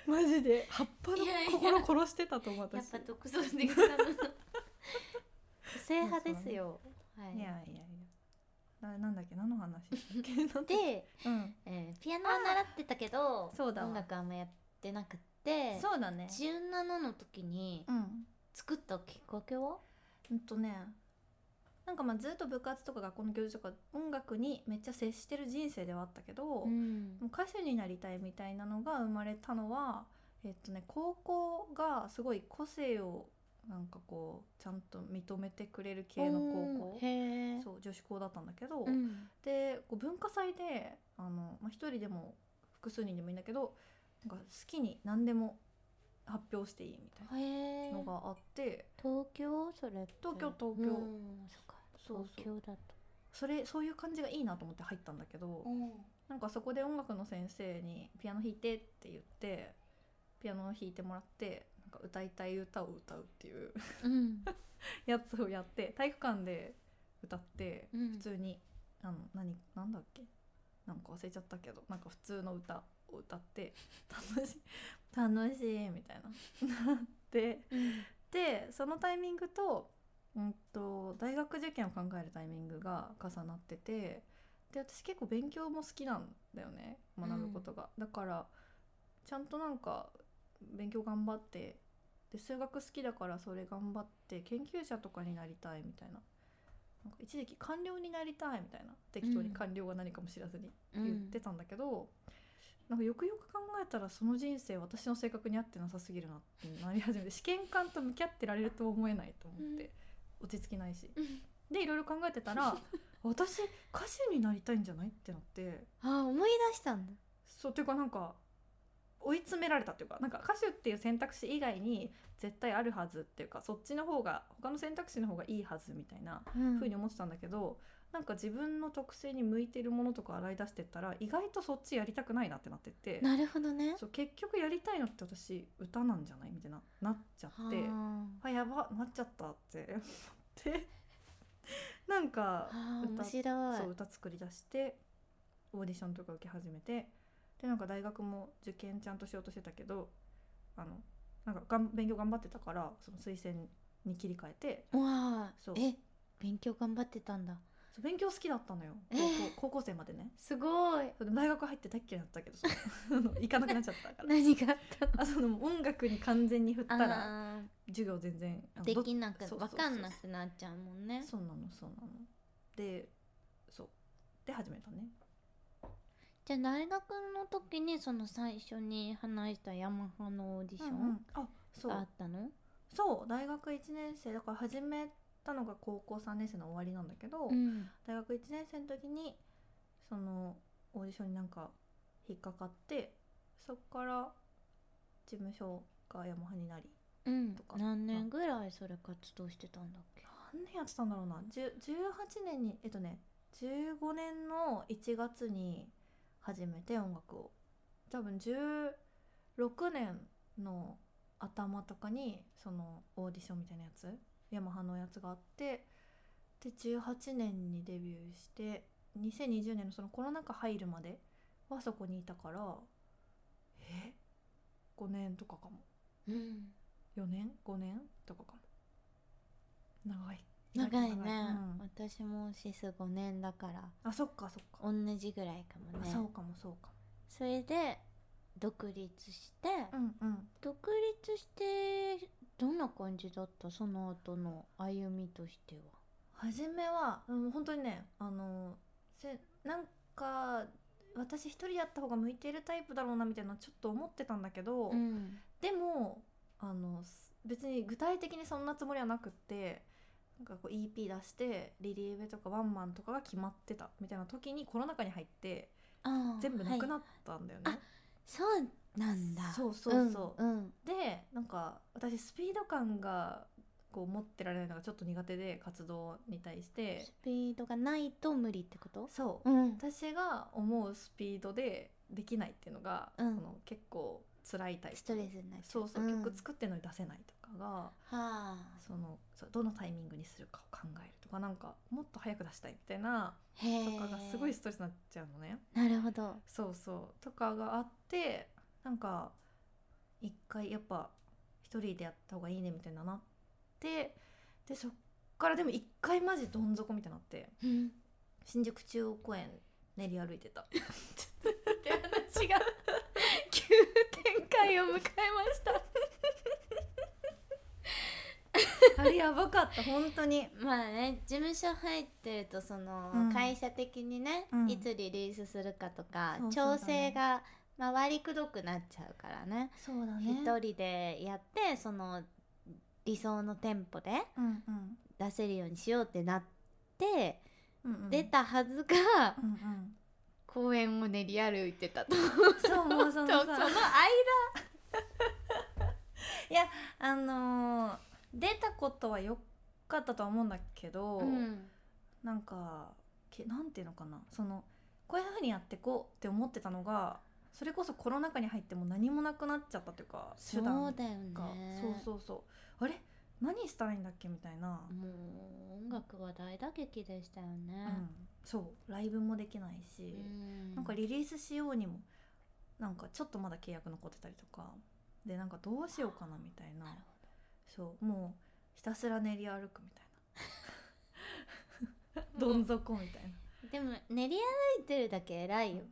B: マジで葉っぱの
A: いやいや
B: 心殺してたと思う私
A: やっぱ独創的だな 個性派ですよはい
B: いやいやいやななんだっけ何 の話
A: で、
B: うん
A: えーピアノは習ってたけど
B: あそうだわ
A: 音楽あんまやってなくって
B: そうだね
A: 17の時に
B: うん
A: 作ったきっかけは
B: うんとねなんかまあずっと部活とか学校の行事とか音楽にめっちゃ接してる人生ではあったけど、も
A: ん
B: う歌手になりたいみたいなのが生まれたのはえっとね高校がすごい個性をなんかこうちゃんと認めてくれる系の高校
A: へえ
B: そう女子校だったんだけど、
A: うん
B: でこう文化祭であの、まあ、一人でも複数人でもいいんだけどなんか好きに何でも発表していいみたい
A: へえ
B: なのがあって
A: 東京それって
B: 東京東京
A: うんそっか
B: そうそう
A: 東京だと
B: それそういう感じがいいなと思って入ったんだけどなんかそこで音楽の先生に「ピアノ弾いて」って言ってピアノを弾いてもらってなんか歌いたい歌を歌うっていう
A: うん
B: やつをやって体育館で歌って
A: うん
B: 普通にあの何なんだっけなんか忘れちゃったけどなんか普通の歌を歌って楽しい楽しいみたいなな って
A: うん
B: でそのタイミングと,、うん、と大学受験を考えるタイミングが重なっててで私結構勉強も好きなんだよね学ぶことが、だからちゃんとなんか勉強頑張ってで数学好きだからそれ頑張って研究者とかになりたいみたいななんか一時期官僚になりたいみたいな適当に官僚が何かも知らずに言ってたんだけど、なんかよくよく考えたらその人生私の性格に合ってなさすぎるなってなり始めて試験官と向き合ってられると思えないと思って、落ち着きないし
A: うん
B: でいろいろ考えて たら私歌手になりたいんじゃないってなって
A: あ思い出したんだ
B: そうというかなんか追い詰められたというかなんか歌手っていう選択肢以外に絶対あるはずっていうかそっちの方が他の選択肢の方がいいはずみたいな
A: うん
B: ふうに思ってたんだけど、なんか自分の特性に向いてるものとか洗い出してったら意外とそっちやりたくないなってなってって
A: なるほどね
B: そう結局やりたいのって私歌なんじゃないみたいななっちゃって
A: はあ
B: あやばなっちゃったって思って なんか
A: あー
B: 歌
A: 面白い
B: そう歌作り出してオーディションとか受け始めてでなんか大学も受験ちゃんとしようとしてたけどあのなんかがん勉強頑張ってたからその推薦に切り替えて
A: わあ
B: そう
A: え勉強頑張ってたんだ
B: そう勉強好きだったのよ高校,、高校生までね
A: すごい
B: そうでも大学入って大っ嫌いだったけどそうあの行かなくなっちゃったから
A: 何があったの
B: あその音楽に完全に振ったら
A: あ
B: 授業全然あ
A: ー
B: の
A: で
B: ど
A: きなく
B: そうそうそ
A: わ
B: う
A: かんなくなっちゃうもんね
B: そうなのそうなのでそうで始めたね
A: じゃあ大学の時にその最初に話したヤマハのオーディショ
B: うんう
A: ン
B: んあそ
A: があ
B: う
A: ったの
B: そう大学1年生だから始めたのが高校3年生の終わりなんだけど、
A: うん
B: 大学1年生の時にそのオーディションになんか引っかかってそっから事務所がヤマハになり
A: うん
B: とか
A: 何年ぐらいそれ活動してたんだっけ
B: 何年やってたんだろうな10 18年にえっとね15年の1月に始めて音楽を多分16年の頭とかにそのオーディションみたいなやつヤマハのやつがあってで18年にデビューして2020年のそのコロナ禍入るまではそこにいたからえ5年とかかも
A: うん
B: 4年5年とかかも長い
A: 長いね、
B: うん
A: 私もシス5年だから
B: あそっかそっか、
A: 同じぐらいかも
B: あ
A: ね
B: そうかもそうか
A: それで独立して、
B: もうんうん
A: 独立してどんな感じだったその後の歩みとしては
B: 初めはうん本当にねあのせなんか私一人やった方が向いてるタイプだろうなみたいなちょっと思ってたんだけど、
A: ん
B: でもあのす別に具体的にそんなつもりはなくってなんかこう EP 出してリリーベとかワンマンとかが決まってたみたいな時にコロナ禍に入って
A: あ
B: 全部なくな
A: っ
B: ったんだよね。
A: はいあそうなんだ
B: そうそうそう、
A: うんうん
B: でなんか私スピード感がこう持ってられるのがちょっと苦手で活動に対して
A: スピードがないと無理ってこと
B: そう、
A: うん
B: 私が思うスピードでできないっていうのが、
A: うん
B: その結構辛いタイプ
A: ストレスになっちゃう
B: そうそう、
A: ん
B: 曲作ってるのに出せないとかが
A: はあ
B: そのそうどのタイミングにするかを考えるとかなんかもっと早く出したいみたいな
A: へえ
B: とかがすごいストレスになっちゃうのね。
A: なるほど
B: そうそうとかがあってなんか一回やっぱ一人でやった方がいいねみたいななってでそっからでも一回マジどん底みたいになって
A: うん
B: 新宿中央公園練り歩いてた
A: って話が急展開を迎えました
B: あれやばかった本当に
A: まあね事務所入ってるとその、
B: うん
A: 会社的にね、
B: うん
A: いつリリースするかとか
B: そうそうだね
A: 調整が回りくどくなっちゃうからね
B: そうだ
A: 一、人でやってその理想のテンポで
B: うんうん
A: 出せるようにしようってなって、
B: うんうん
A: 出たはずが
B: うんうん
A: 公園を練り歩いてたと
B: そうもう
A: そ
B: そ
A: の
B: のさ
A: 間
B: あのー出たことはよかったとは思うんだけど、
A: うん
B: なんかけなんていうのかなそのこういうふうにやってこうって思ってたのがそれこそコロナ禍に入ってもう何もなくなっちゃったというか手
A: そうだ
B: 段が
A: よね
B: そうそうそうあれ何したらいいんだっけみたいな、
A: もう音楽は大打撃でしたよね、
B: うんそうライブもできないし、
A: うん
B: なんかリリースしようにもなんかちょっとまだ契約残ってたりとかでなんかどうしようかなみたいな
A: なる
B: そうもうひたすら練り歩くみたいな どん底みたいな。
A: でも練り歩いてるだけ偉いよ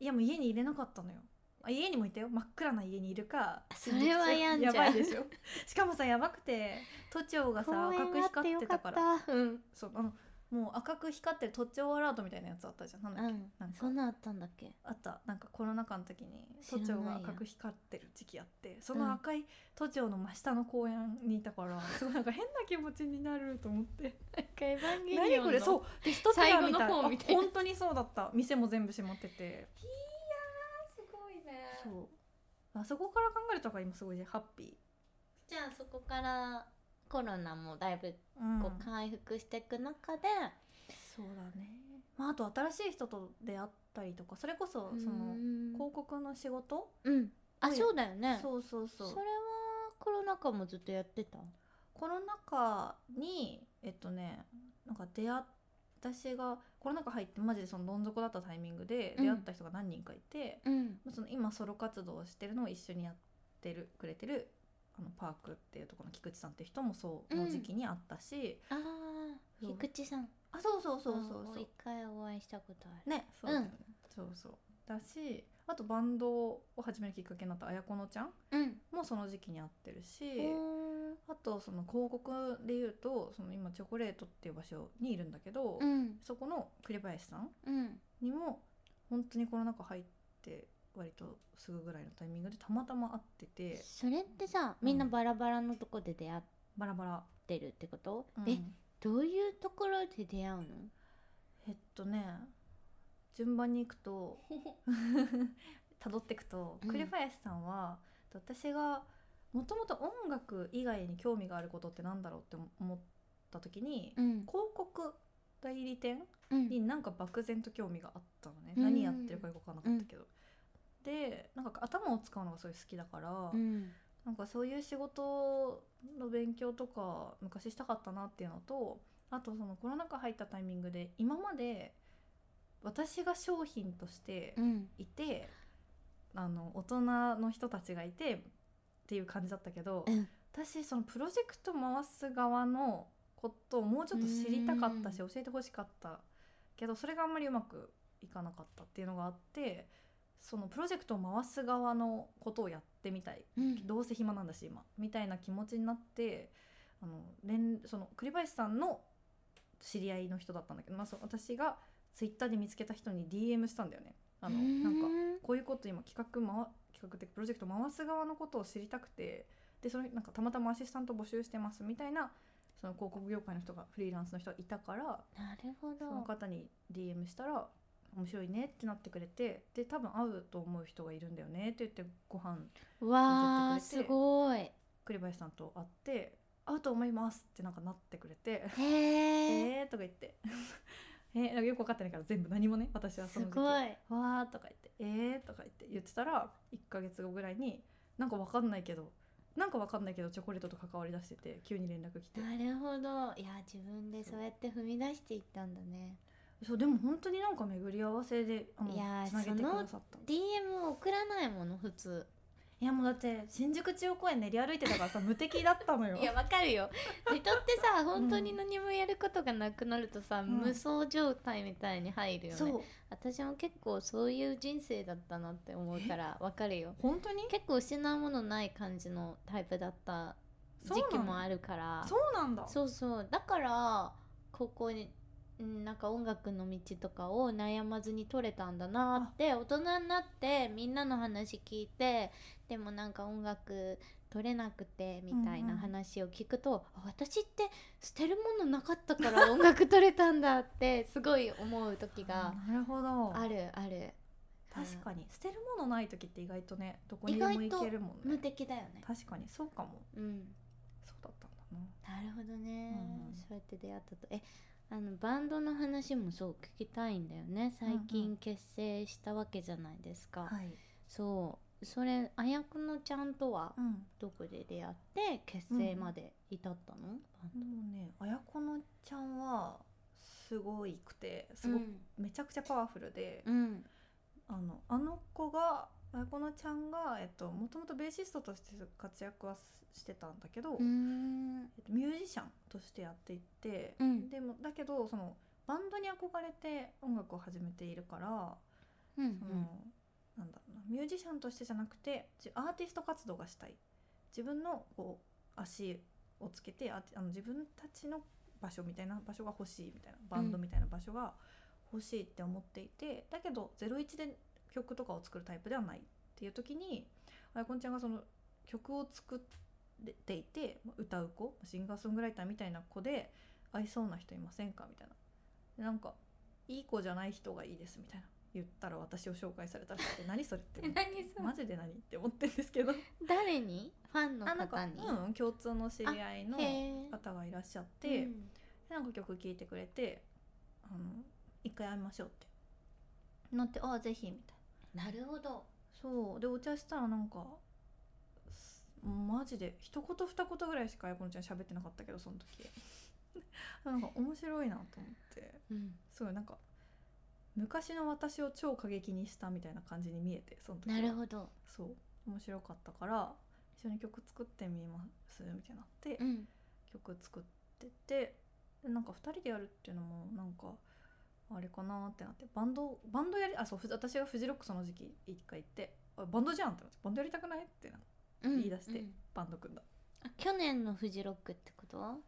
B: いやもう家に入れなかったのよあ家にもいたよ真っ暗な家にいるか
A: それは病んじゃう
B: ばいでしょ しかもさやばくて都庁がさ
A: 公
B: 赤
A: 園
B: く
A: があって
B: 光っ
A: よ
B: て
A: か
B: た
A: っ
B: から
A: たうん、
B: そうあのもう赤く光ってる都庁アラートみたいなやつあったじゃんなん
A: う
B: だっけ、
A: ん
B: なん、か
A: そんなんあったんだっけ
B: あったなんかコロナ禍の時に
A: 知
B: 都
A: らないよ
B: 庁が赤く光ってる時期あってその赤い都庁の真下の公園にいた から、すごいなんか変な気持ちになると思って
A: 一回バンゲ
B: 何これそうで一手間みた
A: 最
B: い
A: 後の方
B: あ
A: みたいな
B: 本当にそうだった店も全部閉まってて
A: すごいね
B: そうあそこから考えるとか今すごいねハッピ
A: じゃあそこからコロナもだいぶ
B: ー、うん
A: こう回復していく中で、
B: そうだね、まあ、あと新しい人と出会ったりとかそれこそその
A: うん
B: 広告の仕事、
A: うんあ
B: ね
A: そうだよね
B: そうそうそう
A: それはコロナ禍もずっとやってた
B: コロナ禍にえっとねなんか出会っ私がコロナ禍入ってマジでそのどん底だったタイミングで
A: うん
B: 出会った人が何人かいて、
A: うん
B: まあその今ソロ活動をしてるのを一緒にやってるくれてるあのパークっていうところの菊池さんって人もそうの時期にあったし、
A: あ
B: そ
A: ー
B: う
A: 菊池さん
B: あそうそうそうそう
A: あ
B: そ
A: 一
B: う
A: 回お会いしたことある
B: ねそうだよね、
A: う
B: そうそうだしあとバンドを始めるきっかけになったあやこのちゃん
A: うん
B: もその時期に会ってるし、
A: おー
B: あとその広告で言うとその今チョコレートっていう場所にいるんだけど、
A: うん
B: そこの栗林さん
A: うん
B: にも本当にコロナ禍入って割とすぐぐらいのタイミングでたまたま会ってて
A: それってさみんなバラバラのとこで出会っ
B: バラバラ、
A: てるってこと、
B: うん
A: えどういうところで出会うの
B: えっとね順番に行く と辿っていくと
A: うん
B: 栗林さんは、私がもともと音楽以外に興味があることってなんだろうって思った時に、
A: うん
B: 広告代理店
A: うん
B: になんか漠然と興味があったのね、
A: うん
B: 何やってるかよく分からなかったけど、でなんか頭を使うのがすごい好きだから、
A: うん
B: なんかそういう仕事の勉強とか昔したかったなっていうのとあとそのコロナ禍入ったタイミングで今まで私が商品として
A: うん
B: いて、あの大人の人たちがいてっていう感じだったけど、
A: うん
B: 私そのプロジェクト回す側のことをもうちょっと知りたかったし
A: う
B: 教えてほしかったけどそれがあんまりうまくいかなかったっていうのがあってそのプロジェクトを回す側のことをやってみたい
A: うん
B: どうせ暇なんだし今みたいな気持ちになってあの連その栗林さんの知り合いの人だったんだけど、まあ、そう私がツイッターで見つけた人に DM したんだよね。あのなんかこういうこと今企画回企画ってプロジェクト回す側のことを知りたくてでそれなんかたまたまアシスタント募集してますみたいなその広告業界の人がフリーランスの人がいたから
A: なるほ
B: その
A: ど
B: 方に DM したら面白いねってなってくれてで多分会うと思う人がいるんだよねって言ってご飯
A: わあ
B: 教え
A: す
B: てくれて
A: ごい
B: 栗林さんと会って会うと思いますってなんかなってくれて
A: へ
B: え
A: え
B: ーとか言って えーなんかよく分かってないから全部何もね私は
A: す
B: その時
A: ごい
B: わーとか言って「えー」とか言って言ってたら1ヶ月後ぐらいになんかわかんないけどなんかわかんないけどチョコレートと関わりだしてて急に連絡来て
A: なるほどいや自分でそうやって踏み出していったんだね
B: そうでも本当になんか巡り合わせであの
A: いやー
B: つなげてくださったい
A: DM 送らないもの普通
B: やもうだって新宿中央公園練り歩いてたからさ無敵だったのよ
A: いやわか るよ人ってさ本当に何もやることがなくなるとさ、
B: ん
A: 無双状態みたいに入るよね
B: そう
A: 私も結構そういう人生だったなって思うからわかるよ
B: 本当に
A: 結構失うものない感じのタイプだった
B: そう
A: 時
B: なの
A: 期もあるから
B: そうなんだ
A: そうそうだから高校にうんなんか音楽の道とかを悩まずに取れたんだなって大人になってみんなの話聞いてでもなんか音楽取れなくてみたい
B: うんう
A: なん話を聞くと、あ私って捨てるものなかったから音楽取れたんだってすごい思う時が
B: あなるほど
A: あるある
B: 確
A: に
B: かに捨てるものない時って意外とねどこにでも
A: 意
B: 行
A: 外と
B: けるもん
A: 無
B: ね
A: 敵だよね
B: 確かにそうかも
A: うん
B: そうだったんだな
A: なるほどね、
B: うんうん
A: そうやって出会ったとえあのバンドの話もそう聞きたいんだよね最
B: うんう
A: 近結成したわけじゃないですか、
B: はい、
A: そうそれあやくのちゃんとは
B: うん、
A: どこで出会って結成まで至ったの、バン
B: もうねあやこのちゃんはすごいくてすごく、めちゃくちゃパワフルで、
A: うん、うん
B: あのあの子があやこのちゃんがえっともともとベーシストとして活躍はしてたんだけど、
A: うーん
B: えっとミュージシャンとしてやっていって、
A: うん
B: でもだけどそのバンドに憧れて音楽を始めているから、
A: うんう
B: その
A: ん
B: なんだろうなミュージシャンとしてじゃなくてじアーティスト活動がしたい自分のこう足をつけてああの自分たちの場所みたいな場所が欲しいみたいなバンドみたいな場所が欲しいって思っていて、だけど01で曲とかを作るタイプではないっていう時にあやこんちゃんがその曲を作っていて歌う子シンガーソングライターみたいな子で合いそうな人いませんかみたいなでなんかいい子じゃない人がいいですみたいな言ったら私を紹介されたらって何それって思っ て
A: 何それ
B: マジで何って思ってるんですけど
A: 誰にファンの
B: あなん
A: 方
B: か
A: に、
B: うん共通の知り合いの
A: へえ
B: 方がいらっしゃって、
A: う
B: で
A: ん
B: なんか曲聴いてくれて「あの一回会いましょう」ってなって「ああぜひ」みたいな
A: なるほど
B: そうでお茶したらなんかすマジで一言二言ぐらいしかやこのちゃん喋ってなかったけどその時 なんか面白いなと思って
A: うん
B: すごいなんか昔の私を超過激にしたみたいな感じに見えてその時は
A: なるほど
B: そう面白かったから一緒に曲作ってみますみたいになって、
A: うん
B: 曲作っててでなんか2人でやるっていうのもなんかあれかなってなってバンドバンドやりあそうふ私がフジロックその時期一回行ってあバンドじゃんってなってバンドやりたくないってな
A: うん
B: 言い出して
A: うん
B: バンド組んだ
A: あ去年のフジロックってこと、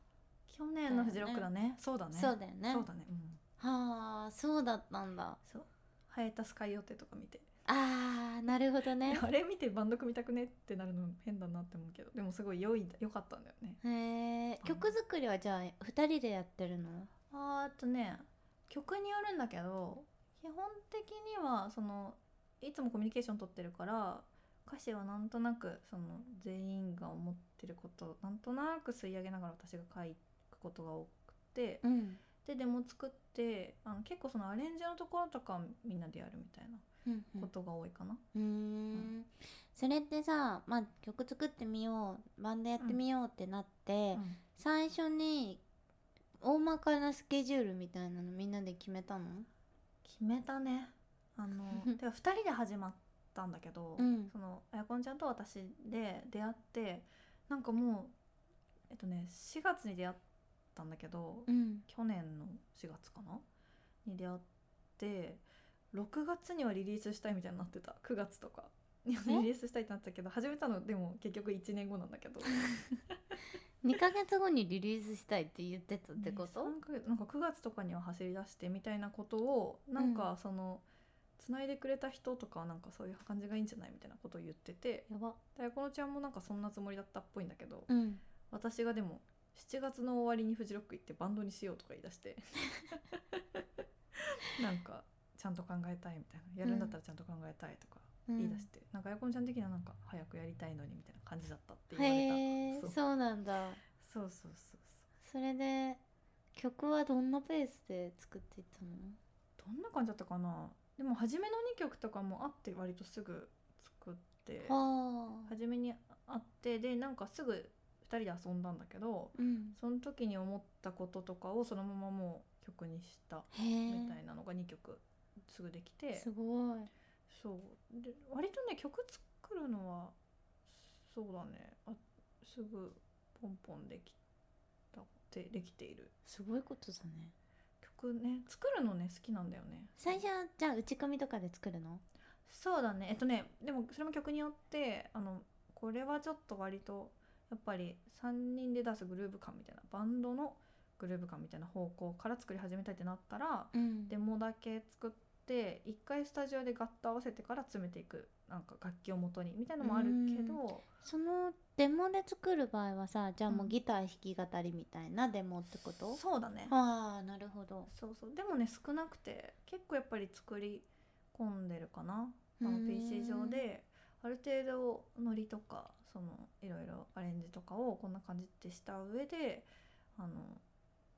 B: 去年のフジロックだねそうだね
A: そうだよね
B: そうだねうん
A: はあそうだったんだ
B: そうハエタスカイ予定とか見て
A: あーなるほど ね
B: あれ見てバンド組みたくねってなるの変だなって思うけどでもすごい良いんだ良かったんだよね
A: へえ曲作りはじゃあ2人でやってるの
B: あーっとね曲によるんだけど基本的にはそのいつもコミュニケーション取ってるから歌詞はなんとなくその全員が思ってることをなんとなく吸い上げながら私が書くことが多くて、
A: うん
B: でデモ作ってあの結構そのアレンジのところとかみんなでやるみたいな
A: うんうん
B: ことが多いかな。
A: うーんそれってさ、まあ、曲作ってみようバンドやってみようってなって、
B: うん
A: 最初に大まかなスケジュールみたいなのみんなで決めたの
B: 決めたねあ のてか2人で始まったんだけど、
A: うん
B: そのあやこんちゃんと私で出会ってなんかもうえっとね4月に出会ったんだけど、
A: うん
B: 去年の4月かなに出会って6月にはリリースしたいみたいになってた9月とかにリリースしたいってなってたけど始めたのでも結局1年後なんだけど
A: 2ヶ月後にリリースしたいって言ってたってこと、
B: ね三ヶ月なんか9月とかには走り出してみたいなことをなんかその、繋いでくれた人とかはなんかそういう感じがいいんじゃないみたいなことを言ってて
A: やば
B: でこのちゃんもなんかそんなつもりだったっぽいんだけど、
A: うん
B: 私がでも7月の終わりにフジロック行ってバンドにしようとか言い出して なんかちゃんと考えたいみたいなやるんだったらちゃんと考えたいとか言い出して、なんかやこんちゃん的にはなんか早くやりたいのにみたいな感じだったって言われた、
A: へえ
B: そ
A: そううなんだ
B: そうそうそう
A: それで曲はどんなペースで作っていったの
B: そうどんな感じだったかなでも初めの2曲とかもあって割とすぐ作って
A: ああ
B: 初めにあってでなんかすぐ2人で遊んだんだけど
A: うん
B: その時に思ったこととかをそのままもう曲にした
A: へえ
B: みたいなのが2曲すぐできて
A: すごい
B: そうで割とね曲作るのはそうだねあすぐポンポンできたってできている
A: すごいことだね
B: 曲ね作るのね好きなんだよね
A: 最初はじゃあ打ち込みとかで作るの
B: そうだねえっとねでもそれも曲によってあのこれはちょっと割とやっぱり3人で出すグルーヴ感みたいなバンドのグルーヴ感みたいな方向から作り始めたいってなったら
A: うん
B: デモだけ作って一回スタジオでガッと合わせてから詰めていくなんか楽器を元にみたいのもあるけど
A: そのデモで作る場合はさじゃあもううんギター弾き語りみたいなデモってこと、
B: そうだね
A: ああなるほど
B: そうそうでもね少なくて結構やっぱり作り込んでるかなあ
A: う
B: の
A: ーん
B: PC 上である程度ノリとかそのいろいろアレンジとかをこんな感じってした上であの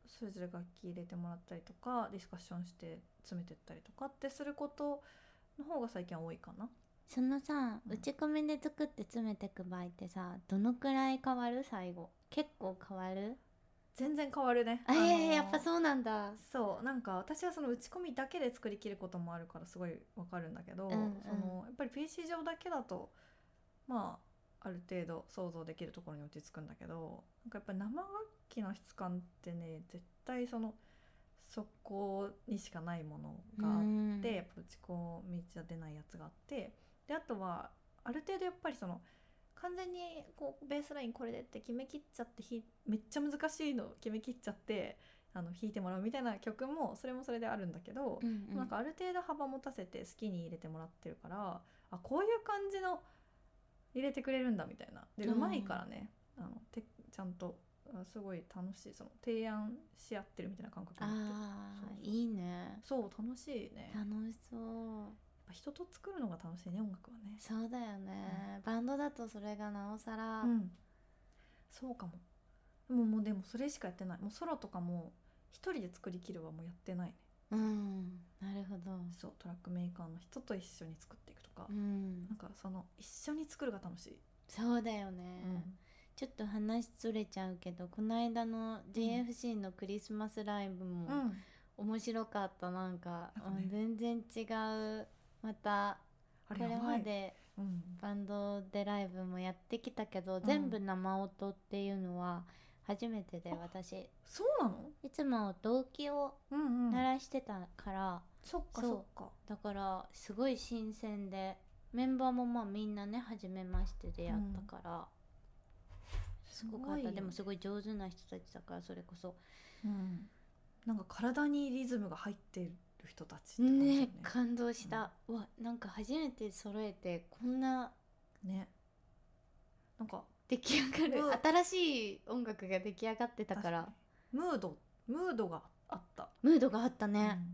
B: それぞれ楽器入れてもらったりとかディスカッションして詰めてったりとかってすることの方が最近は多いかな。
A: そのさ
B: うん
A: 打ち込みで作って詰めてく場合ってさどのくらい変わる最後結構変わる
B: 全然変わるね。
A: あええ
B: のー
A: やっぱそうなんだ
B: そうなんか私はその打ち込みだけで作りきることもあるからすごいわかるんだけど、
A: うんうん
B: そのやっぱり PC 上だけだとまあある程度想像できるところに落ち着くんだけどなんかやっぱり生楽器の質感ってね絶対そのそこにしかないものがあっ
A: うん
B: て、やっぱ打ち込みじゃ出ないやつがあってであとはある程度やっぱりその完全にこうベースラインこれでって決めきっちゃってひめっちゃ難しいの決めきっちゃってあの弾いてもらうみたいな曲もそれもそれであるんだけど、
A: うんうん
B: なんかある程度幅持たせて好きに入れてもらってるからあこういう感じの入れてくれるんだみたいなで
A: うん
B: うまいからねあのてちゃんとあすごい楽しいその提案し合ってるみたいな感覚になってる
A: あ
B: そう
A: あ
B: そう
A: いいね
B: そう楽しいねやっ
A: 楽しそう
B: ぱ人と作るのが楽しいね音楽はね
A: そうだよね、バンドだとそれがなおさら、
B: うんそうかもでももうでもそれしかやってないもうソロとかも一人で作りきるはもうやってないね
A: うんなるほど
B: そうトラックメーカーの人と一緒に作っていくとか、
A: うん
B: なんかその一緒に作るが楽しい、
A: そうだよね、
B: うん
A: ちょっと話ずれちゃうけどこの間の JFC のクリスマスライブも面白かったなんか、
B: なんかね
A: うん全然違うまた
B: あれ
A: これ
B: やば
A: ま
B: い、
A: で
B: うん、
A: バンドでライブもやってきたけど、全部生音っていうのは初めてで
B: あ
A: 私
B: そうなの
A: いつも動機を
B: うんうん
A: 鳴らしてたから、
B: そっか
A: そう
B: そっか
A: だからすごい新鮮でメンバーもまあみんなね初めましてでやったから、すごかっ
B: すご
A: た
B: い
A: でもすごい上手な人たちだからそれこそ
B: うん、なんか体にリズムが入ってる人たちって感じよ
A: ね感動した、うわなんか初めて揃えてこんな
B: ねねなんか
A: 出来上がる、
B: うん
A: 新しい音楽が出来上がってたから
B: 確にムードムードがあった、
A: ムードがあったね、
B: うん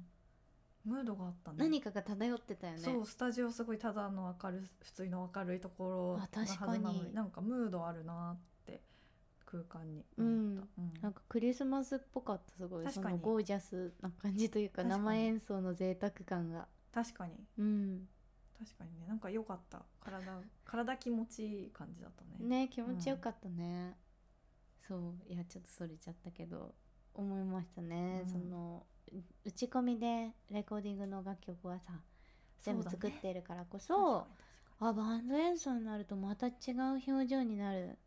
B: ムードがあったね
A: 何かが漂ってたよね
B: そうスタジオすごいただの明るい普通の明るいところ
A: あ確かに
B: なのになんかムードあるなって空間に思った、うん
A: なんかクリスマスっぽかったすごい
B: 確
A: そ
B: かに
A: のゴージャスな感じというか
B: 確かに
A: 生演奏の贅沢感が
B: 確かに
A: うん
B: 確かにねなんか良かった体体気持ちいい感じだったね
A: ね気持ちよかったね、そういやちょっとそれちゃったけど思いましたね、
B: うん
A: そのう打ち込みでレコーディングの楽曲はさ全部
B: そうだね
A: 作っているからこそ、
B: 確かに確か
A: あバンド演奏になるとまた違う表情になる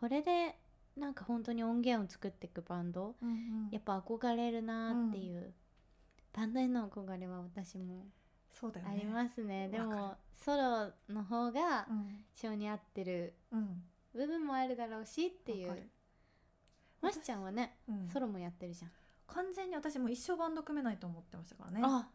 A: これでなんか本当に音源を作っていくバンド
B: にうんうん
A: やっぱ憧れるなっていう、バンドへの憧れは私も
B: そうだよ
A: あ
B: ね
A: りますねで
B: わ
A: も
B: か
A: ソロの方が
B: うん
A: 性に合ってる
B: うんっ
A: 部分もあるだろうしっていうましちゃんはね、
B: うん、
A: ソロもやってるじゃん、
B: 完全に私もう一生バンド組めないと思ってましたからね
A: あ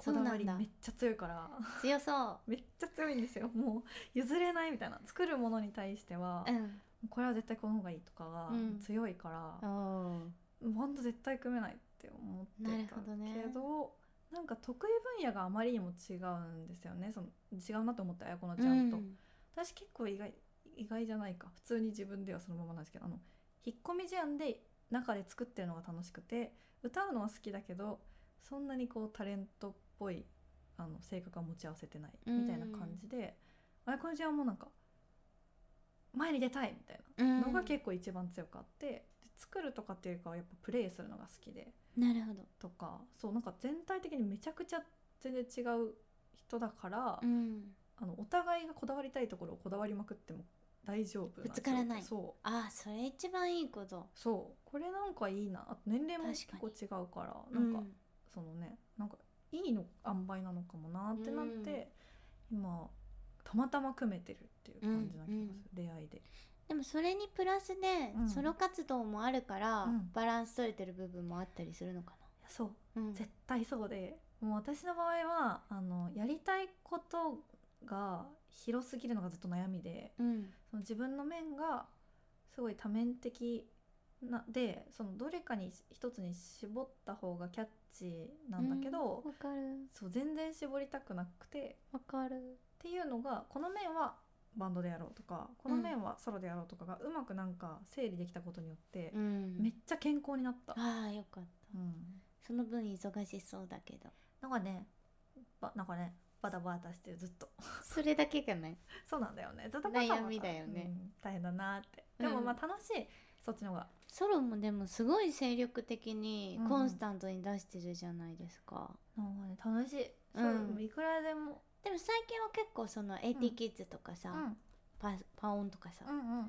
A: そ
B: こ
A: う
B: だ
A: な
B: わり
A: んだ
B: めっちゃ強いから
A: 強そう
B: めっちゃ強いんですよもう譲れないみたいな作るものに対しては、
A: うん
B: これは絶対この方がいいとかが
A: うん
B: 強いから、
A: おー
B: バンド絶対組めないって思ってた
A: なるほどね
B: けどなんか得意分野があまりにも違うんですよねその違うなと思ってあやこのちゃんと、
A: うん
B: 私結構意外意外じゃないか普通に自分ではそのままなんですけどあの引っ込み思案で中で作ってるのが楽しくて歌うのは好きだけどそんなにこうタレントっぽいあの性格は持ち合わせてないみたいな感じで、あやこちゃんもなんか前に出たいみたい
A: うん
B: なのが結構一番強くあって、で作るとかっていうかやっぱプレイするのが好きで
A: なるほど、
B: とかそうなんか全体的にめちゃくちゃ全然違う人だから、
A: うん、
B: あのお互いがこだわりたいところをこだわりまくっても大丈夫
A: ぶつからない
B: そう
A: あーそれ一番いいこと
B: そうこれなんかいいなあと年齢も結
A: 確か
B: 構
A: に
B: 違うからなんか、
A: う
B: そのねなんかいいの塩梅なのかもなってなって、今たまたま組めてるっていう感じな気がする、出会いで
A: でもそれにプラスで
B: うん
A: ソロ活動もあるから、
B: うん
A: バランス取れてる部分もあったりするのか
B: そう
A: な、うん、
B: 絶対そうでもう私の場合はあのやりたいことが広すぎるのがずっと悩みで
A: うん
B: その自分の面がすごい多面的なでそのどれかに一つに絞った方がキャッチなんだけど、
A: うんわかる
B: そう全然絞りたくなくて
A: わかる
B: っていうのがこの面はバンドでやろうとかこの
A: うん
B: 面はソロでやろうとかがうまくなんか整理できたことによって
A: う、ん
B: めっちゃ健康になった、
A: ああよかった、
B: うん
A: その分忙しそうだけど
B: なんかねばなんかねバタバタしてるずっと
A: それだけがない
B: そうなんだよねずっとバタバタ
A: 悩みだよね
B: うん大変だなってでも
A: うん
B: まあ楽しい、そっちの方が
A: ソロもでもすごい精力的に
B: うん
A: コンスタントに出してるじゃないですか、
B: なんかね楽し
A: う
B: い、
A: ん
B: そういくらでも、
A: でも最近は結構その AT キッズとかさ、パパオンとかさ、
B: うんうん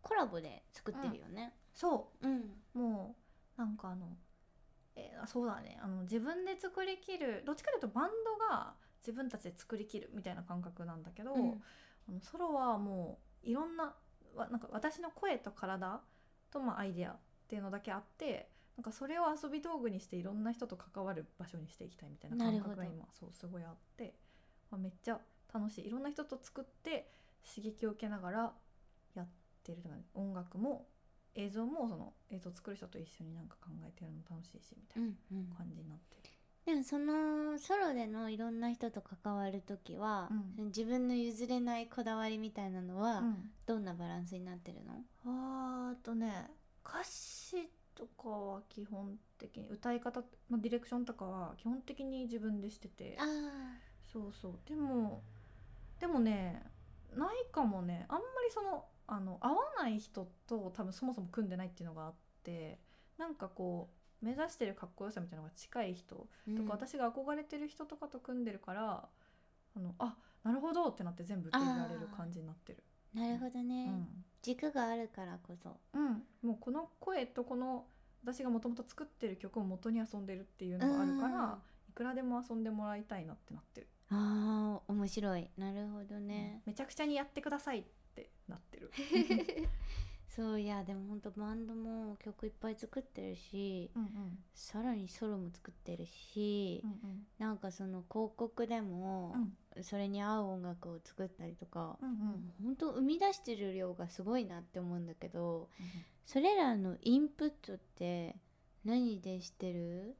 A: コラボで作ってるよね
B: そう
A: うん、
B: もうなんかあの、えーそうだねあの自分で作りきるどっちかというとバンドが自分たちで作りきるみたいな感覚なんだけど、
A: うん
B: あのソロはもういろんなわなんか私の声と体とまあアイデアっていうのだけあってなんかそれを遊び道具にしていろんな人と関わる場所にしていきたいみたいな感覚が
A: なるほど
B: 今そうすごいあって、まあめっちゃ楽しいいろんな人と作って刺激を受けながらやってるとか、ね、音楽も映像もその映像作る人と一緒になんか考えてやるの楽しいしみた
A: う
B: い
A: んうん
B: な感じになってる、
A: でもそのソロでのいろんな人と関わる時は、
B: うん
A: その自分の譲れないこだわりみたいなのは、どんなバランスになってるの
B: あーっとね歌詞とかは基本的に歌い方、まあ、ディレクションとかは基本的に自分でしてて
A: あ
B: そうそうでもでもねないかもねあんまりそのあの合わない人と多分そもそも組んでないっていうのがあってなんかこう目指してるかっこよさみたいなのが近い人
A: ー
B: とか、私が憧れてる人とかと組んでるからあのあなるほどってなって全部受け入れられる感じになってる。
A: なるほど
B: う
A: ね、
B: ん
A: 軸があるからこそ
B: うん、もうこの声とこの私がもともと作ってる曲を元に遊んでるっていうのがあるから、いくらでも遊んでもらいたいなってなってる、
A: あー面白いなるほどね、
B: めちゃくちゃにやってくださいってなってる
A: そういやでもほんとバンドも曲いっぱい作ってるし
B: うんうん
A: さらにソロも作ってるし、
B: うん
A: なんかその広告でも
B: う、ん
A: それに合う音楽を作ったりとか、
B: うんうん
A: ほんと生み出してる量がすごいなって思うんだけどそれらのインプットって何でしてる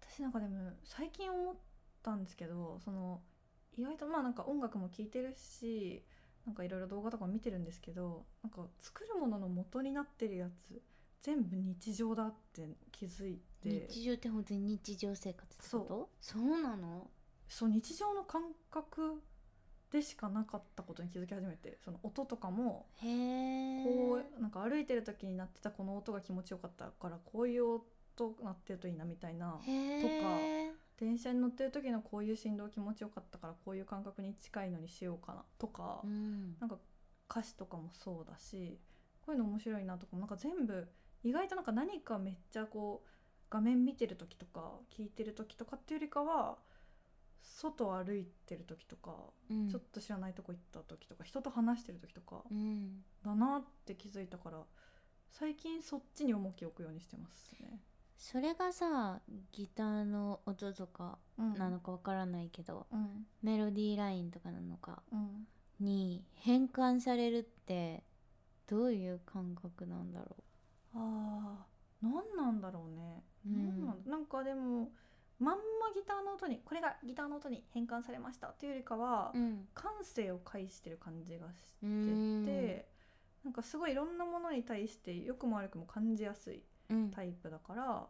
B: 私なんかでも最近思ったんですけどその意外とまあなんか音楽も聴いてるしなんかいろいろ動画とかも見てるんですけどなんか作るものの元になってるやつ全部日常だって気づいて
A: 日常って本当に日常生活ってことそうなの
B: そう日常の感覚でしかなかったことに気づき始めてその音とかも
A: へえ
B: こうなんか歩いてる時に鳴ってたこの音が気持ちよかったからこういう音鳴ってるといいなみたいな
A: へえ
B: 電車に乗ってる時のこういう振動気持ちよかったからこういう感覚に近いのにしようかなとか、
A: うん
B: なんか歌詞とかもそうだしこういうの面白いなとかもなんか全部意外となんか何かめっちゃこう画面見てる時とか聞いてる時とかっていうよりかは外歩いてる時とか、
A: うん
B: ちょっと知らないとこ行った時とか人と話してる時とか
A: うん
B: だなって気づいたから最近そっちに重きを置くようにしてますね。
A: それがさギターの音とか
B: うん
A: なのかわからないけど、
B: うん
A: メロディーラインとかなのか
B: うん
A: に変換されるってどういう感覚なんだろ
B: あー何なんだろうね、
A: う、
B: 何なんだなんかでもまんまギターの音にこれがギターの音に変換されましたというよりかは、
A: うん
B: 感性を介してる感じがしてて、
A: うん
B: なんかすごいいろんなものに対して良くも悪くも感じやすい
A: うん
B: タイプだから、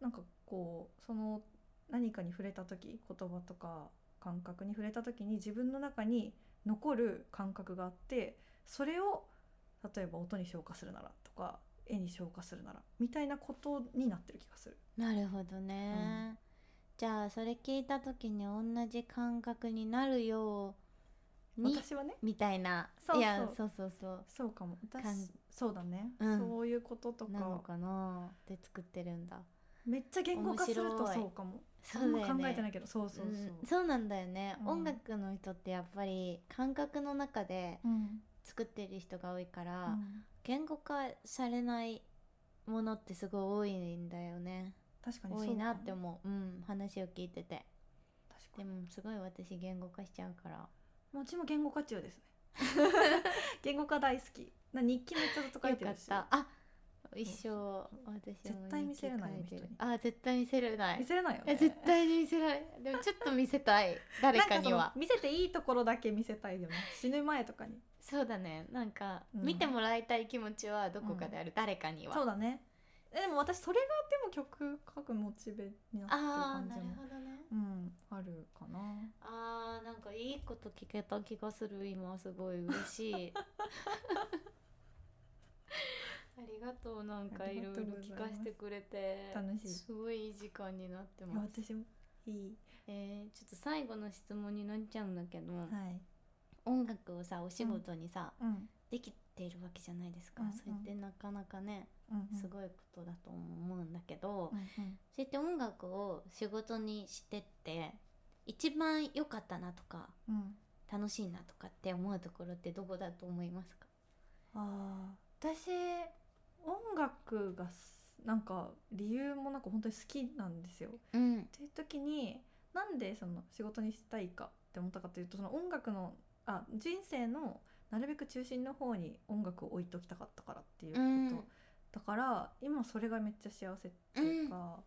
B: なんかこうその何かに触れた時言葉とか感覚に触れた時に自分の中に残る感覚があってそれを例えば音に消化するならとか絵に消化するならみたいなことになってる気がする。
A: なるほどね、じゃあそれ聞いた時に同じ感覚になるように
B: 私はね
A: みたいな
B: そうそう
A: やそうそうそう
B: そうかも
A: 感
B: 私そうだね、
A: うん
B: そういうことと
A: なの
B: か
A: かなって作ってるんだ
B: めっちゃ言語化すると
A: 面白い
B: そうかも
A: そ
B: あん
A: うだ
B: ま
A: よ
B: 考え
A: ね
B: てないけどそうそうそう、
A: うんそうなんだよね、
B: うん
A: 音楽の人ってやっぱり感覚の中で
B: うん
A: 作ってる人が多いから、
B: うん
A: 言語化されないものってすごい多いんだよね
B: 確かに
A: 多
B: そう
A: いな
B: かも
A: って思ううん話を聞いてて
B: 確か
A: で
B: に
A: もすごい私言語化しちゃうから
B: もううちも言語化 中ですね言語化大好きな日記めっちゃずっと書いてるし
A: よかったあ一生
B: そう
A: 私も
B: 絶対見せれないよ
A: 日記書てる
B: 人に
A: あ絶対見せれない
B: 見せれないよ
A: え
B: ね
A: 絶対に見せないでもちょっと見せたい誰かに
B: なん
A: は
B: その見せていいところだけ見せたいよね死ぬ前とかに
A: そうだねなんか、
B: うん
A: 見てもらいたい気持ちはどこかである、誰かには
B: そうだねえでも私それがでも曲書くモチベになってる
A: ああ
B: 感
A: な
B: じ
A: る
B: も
A: ほどね
B: うんあるかな
A: あーなんかいいこと聞けた気がする今すごい嬉し いありがとうなんか
B: あ
A: い
B: り
A: ろ
B: が
A: い
B: と
A: ろ
B: うございま
A: 聞
B: す
A: かせてくれて
B: 楽しい
A: すごいいい時間になって
B: いや
A: ます
B: 私もいい
A: えーちょっと最後の質問になっちゃうんだけど、
B: はい
A: 音楽をさお仕事にさ、
B: うん
A: できているわけじゃないですか、
B: うんうん
A: それってなかなかね
B: うん
A: すごいことだと思うんだけど、
B: うんうん
A: そうやって音楽を仕事にしてって一番良かったなとか
B: うん
A: 楽しいなとかって思うところってどこだと思いますか
B: あー私音楽がすなんか理由もなんか本当に好きなんですよ。
A: うん
B: っていう時になんでその仕事にしたいかって思ったかというとその音楽のあ人生のなるべく中心の方に音楽を置いときたかったからっていうこと、
A: うん
B: だから今それがめっちゃ幸せっていうか、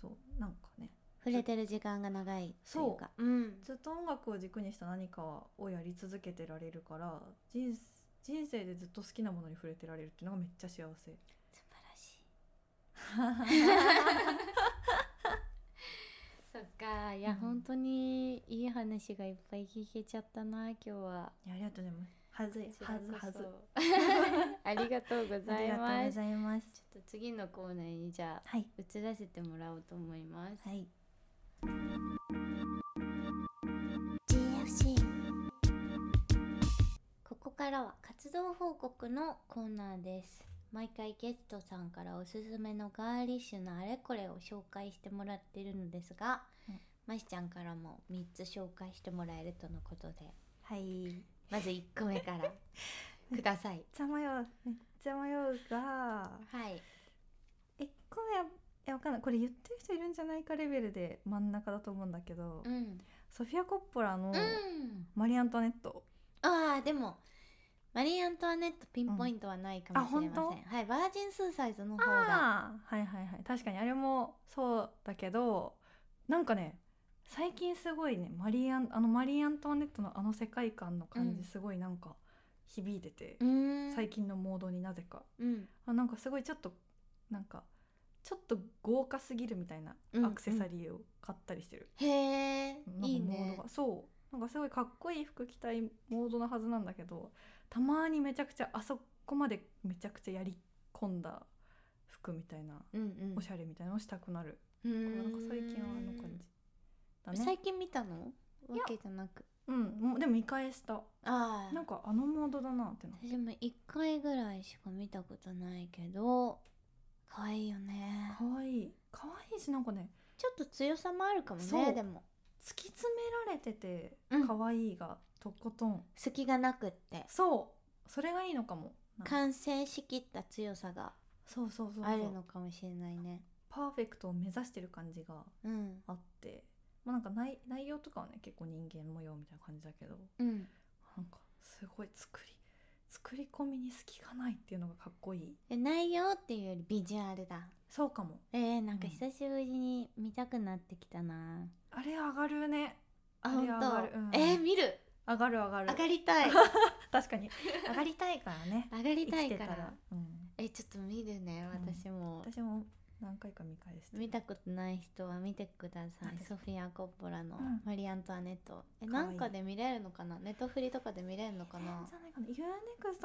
B: そうなんかね
A: 触れてる時間が長いというかうん
B: ずっと音楽を軸にした何かをやり続けてられるから人人生でずっと好きなものに触れてられるっていうのがめっちゃ幸 せ。
A: 素晴らしいそっかいや、
B: うん
A: 本当にいい話がいっぱい聞けちゃったな今日はい
B: やありがとうございます。はずい
A: こちら
B: は
A: こ
B: ず
A: そ
B: はず。
A: ありがとうございます
B: ざいます。
A: ちょっと次のコーナーにじゃあ
B: はい
A: 移らせてもらおうと思います、
B: はい。
C: 人
A: からは活動報告のコーナーです毎回ゲストさんからおすすめのガーリッシュなあれこれを紹介してもらってるのですが、
B: うん
A: ましちゃんからも3つ紹介してもらえるとのことで
B: はい
A: まず1個目から ください
B: めっちゃ迷うめっちゃ迷うが
A: はい
B: 1個目はいやわかんないこれ言ってる人いるんじゃないかレベルで真ん中だと思うんだけど、
A: うん
B: ソフィア・コッポラ
A: う
B: の
A: ん
B: 「マリー・アントワネット
A: ああでもマリー・アントワネットピンポイントはないかもしれません、
B: うんあ本
A: はいバージンスーサイズの」方が
B: ああはいはいはい確かにあれもそうだけどなんかね最近すごいねマリーアンあのマリー・アントワネットのあの世界観の感
A: うん
B: じすごいなんか響いてて
A: う、ーん
B: 最近のモードになぜか
A: うん
B: あなんかすごいちょっとなんかちょっと豪華すぎるみたいな
A: うん
B: アクセサリーを買ったりしてる、
A: へえ
B: なんか
A: いい
B: モード
A: ね
B: がそうなんかすごいかっこいい服着たいモードなはずなんだけどたまにめちゃくちゃあそこまでめちゃくちゃやり込んだ服みたいな、
A: うんうん
B: おしゃれみたいなのしたくなる、
A: うー
B: こ
A: ん
B: うなんか最近はあの感じだね
A: 最近見たのわけじゃなく
B: うんもうでも見返した
A: あ
B: なんかあのモードだなってな
A: 私も1回ぐらいしか見たことないけど可愛いよね
B: かわいいかわいいしなんかね
A: ちょっと強さもあるかも
B: そ
A: ね
B: う
A: でも
B: 突き詰められてて
A: うん
B: かわいいがとことん、
A: 隙がなくって
B: そうそれがいいのかもなんか
A: 完成しきった強さが
B: そうそうそうそう
A: あるのかもしれないね
B: パーフェクトを目指してる感じが
A: うん
B: あって、まあ、なんか内内容とかはね結構人間模様みたいな感じだけど
A: うん
B: なんかすごい作り作り込みに隙がないっていうのがかっこいい
A: で内容っていうよりビジュアルだ
B: そうかも
A: えー、なんか
B: うん
A: 久しぶりに見たくなってきたな、
B: あれ上がるね
A: あ
B: あ
A: 本
B: れ上がる
A: 当、
B: うん
A: えー、見る
B: 上がる上がる
A: 上がりたい
B: 確かに上がりたいからね
A: 上がりたい
B: 生き
A: か
B: て
A: ら
B: たら、うん、
A: えちょっと見るね
B: うん
A: 私も、
B: 私も何回か見返して
A: 見たことない人は見てくださ
B: はい
A: いソフィア・コッポラの
B: うん
A: 「マリー・アントワネット」え
B: かわい
A: ないんかで見れるのかなネットフリとかで見れるのか
B: え
A: な
B: ーじゃないかな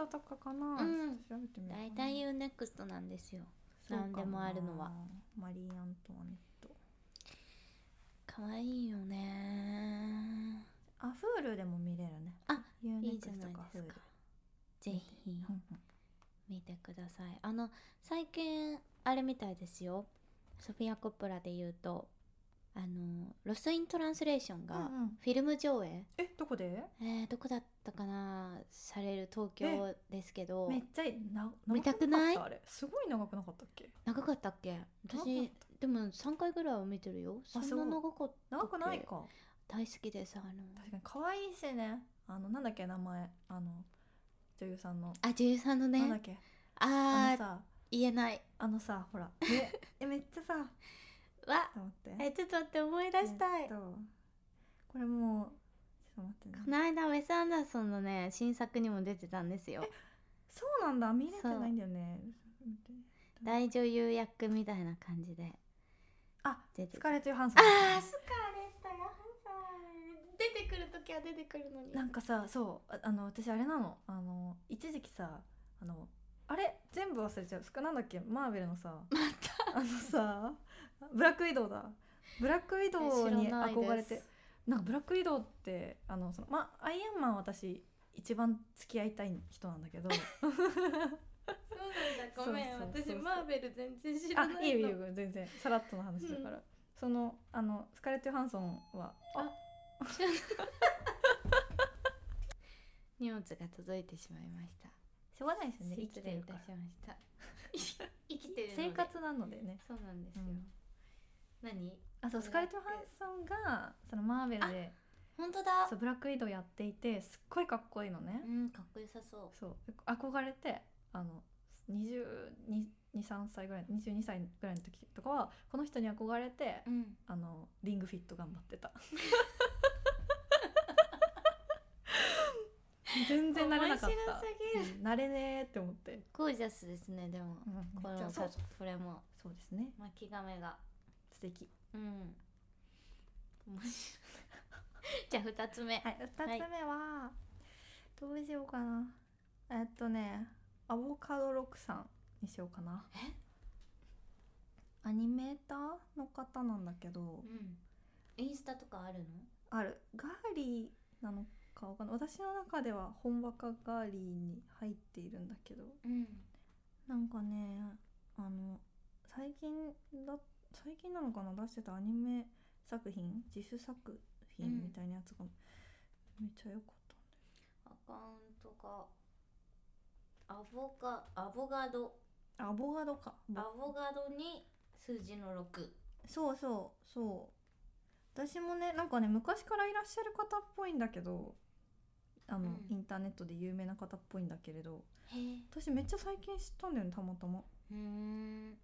B: UNEXT とかかな、
A: うん
B: ちょっと調べてみようかな
A: 大体 UNEXT なんですよ
B: そうかな
A: 何でもあるのは
B: マリー・アントワネット
A: 可愛いよね
B: あ、フールでも見れるね。
A: あ、いい
B: UNEXT
A: じゃない
B: か
A: で
B: Hulu
A: すかぜひ
B: うんうん
A: 見てくださいあの最近あれみたいですよソフィア・コッポラで言うとあの「ロスト・イン・トランスレーション」が
B: うんうん
A: フィルム上映、
B: え、どこで？
A: えーどこだったかなされる東京ですけど
B: めっちゃいな
A: 見たくない
B: 長かったあれ、すごい長くなかったっけ？
A: 長かったっけ
B: 長
A: 私
B: か
A: でも3回ぐらいは見てるよそ
B: あ
A: んな
B: そう
A: 長かったっ
B: 長くない
A: け
B: か。
A: 大好きですあの
B: 確かに可愛いしね。あのなんだっけ名前、あの女優さんの、
A: あ女優さんの
B: なんだっ
A: ね
B: け？あ
A: あ
B: の
A: ー
B: さ、
A: 言えない
B: あのさ、 ほら、え、えめっちゃさ、
A: わ
B: ちょっと待って。
A: えちょっと待って思い出した
B: えっ
A: い
B: とこれもうちょっと待って
A: こ
B: ね。
A: の間ウェス・アンダーソンのね新作にも出てたんですよ
B: そうなんだ、見れてないんだよね。
A: 大女優役みたいな感じで
B: あ、
A: 出て
B: スカーレット・ヨハンソン。
A: あースカーレット・ヨハンソン出てくる時は出てくるのに
B: なんかさそうああの私あれなのあの一時期さあのあれ全部忘れちゃう少なんだっけマーベルのさ
A: ま
B: あのさブラックウィドウだブラックウィドウ
A: え
B: に
A: 知らないです
B: 憧れてなんかブラックウィドウってあのそのまアイアンマン私一番付き合いたい人なんだけど
A: そうなんだ
B: ごめん私マー
A: ベル全然 知
B: あいいよいいよ全然さらっとの話だから、
A: う
B: そのあのスカーレット・ヨハンソンはあ
A: 荷物が届いてしまいました
B: しょうがないですよね生き
A: 失
B: て
A: 礼い
B: る
A: た
B: か
A: し
B: ら
A: ました生きてるので
B: 生活なのでね
A: そうなんですよ、
B: うん
A: 何
B: あそうスカーレット・ヨハンソンがそのマーベルで
A: 本当だ
B: そうブラックウィドウやっていてすっごいかっこいいのね、
A: うんかっこよさそう
B: そう憧れてあの2223歳ぐらい22歳ぐらいの時とかはこの人に憧れて、
A: うん
B: あのリングフィット頑張っ てた全然慣れなかっ
A: 面白
B: た
A: すぎ
B: うん慣れねーって思って、
A: ゴージャスですねでも、こ
B: めっ
A: れ
B: ちゃ
A: も
B: そうそう
A: これも
B: そうですね
A: 巻き亀が
B: 素敵
A: うん面白い じゃあ二つ目、
B: はい、二つ目は、どうしようかな。えっとね、アボカド六さんにしようかな。アニメーターの方なんだけど
A: う、んインスタとかあるの
B: あるガーリーなのかわかんない私の中では本わかガーリーに入っているんだけど
A: うん
B: なんかねあの最近だ最近なのかな出してたアニメ作品自主作
A: うん
B: 品みたいなやつがめっちゃ良かった、
A: アカウントがアボカアボガド
B: あアボガドか
A: アボガドに数字の6
B: そうそうそう私もねなんかね昔からいらっしゃる方っぽいんだけどあの、
A: うん
B: インターネットで有名な方っぽいんだけれど
A: へえ
B: 私めっちゃ最近知ったんだよねたまたま
A: うーん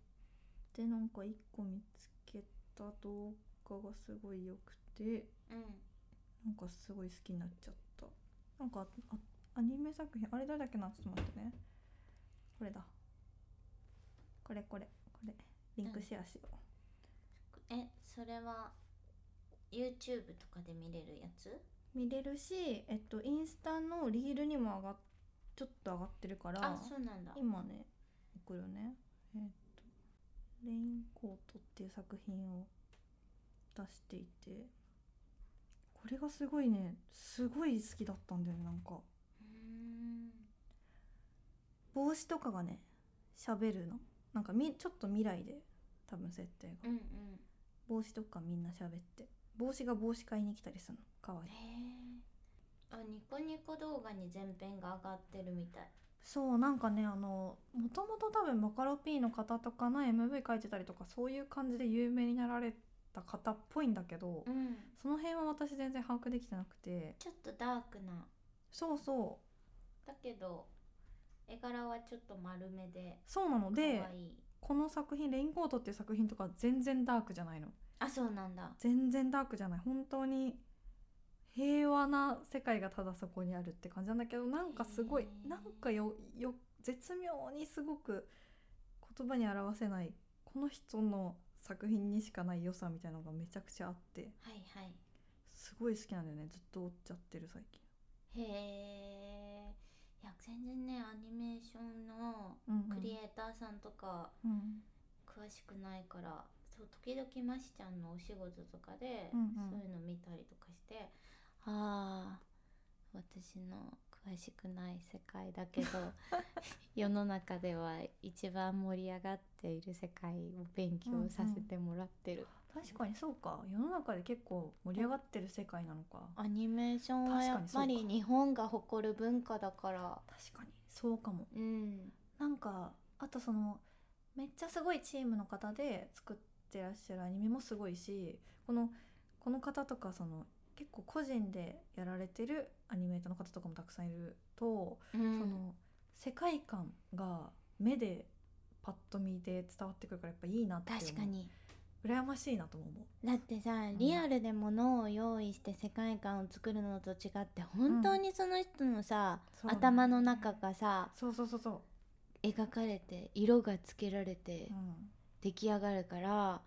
B: でなんか一個見つけた動画がすごい良くて
A: うん
B: なんかすごい好きになっちゃったなんかあアニメ作品あれ誰だっけなちょっと待ってねこれだこれこれこれリンクシェアしよう、
A: えそれは YouTube とかで見れるやつ
B: 見れるしえっとインスタのリールにも上がっちょっと上がってるから
A: あそうなんだ
B: 今ね送るねえっと「レインコート」っていう作品を出していてこれがすごいねすごい好きだったんだよねなん
A: うー
B: か
A: ん
B: 帽子とかがね喋るのなんかみちょっと未来で多分設定が
A: うんうん
B: 帽子とかみんな喋って帽子が帽子買いに来たりするのかわいい
A: へえあニコニコ動画に全編が上がってるみたい
B: そうなんかねあのもともと多分マカロ P の方とかの MV 書いてたりとかそういう感じで有名になられた方っぽいんだけど、
A: ん
B: その辺は私全然把握できてなくて
A: ちょっとダークな
B: そうそう
A: だけど絵柄はちょっと丸めで
B: そうなので
A: 可愛い
B: この作品「レインコート」っていう作品とか全然ダークじゃないの
A: あそうなんだ
B: 全然ダークじゃない本当に平和な世界がただそこにあるって感じなんだけどなんかすごい
A: へー
B: なんかよよ絶妙にすごく言葉に表せないこの人の作品にしかない良さみたいなのがめちゃくちゃあって
A: はいはい
B: すごい好きなんだよねずっと追っちゃってる最近。
A: へえいや全然ねアニメーションの
B: うんうん
A: クリエイターさんとか
B: うん
A: 詳しくないから、そう時々ましちゃんのお仕事とかで、
B: うんうん
A: そういうの見たりとかしてああ私の詳しくない世界だけど 世の中では一番盛り上がっている世界を勉強させてもらってる、
B: 確かにそうか世の中で結構盛り上がってる世界なのか
A: アニメーションはやっぱり
B: 確かにそうか
A: 日本が誇る文化だから
B: 確かにそうかも
A: うん
B: なんかあとそのめっちゃすごいチームの方で作ってらっしゃるアニメもすごいしこのこの方とかその結構個人でやられてるアニメーターの方とかもたくさんいると、
A: うん
B: その世界観が目でパッと見で伝わってくるからやっぱいいなって思う
A: 確かに
B: 羨ましいなとも思う。
A: だってさ、
B: ん
A: リアルで物を用意して世界観を作るのと違って本当にその人のさ、
B: そう
A: 頭の中がさ
B: そうそうそうそ
A: 描かれて色がつけられて
B: う、うん、
A: 出来上がるから、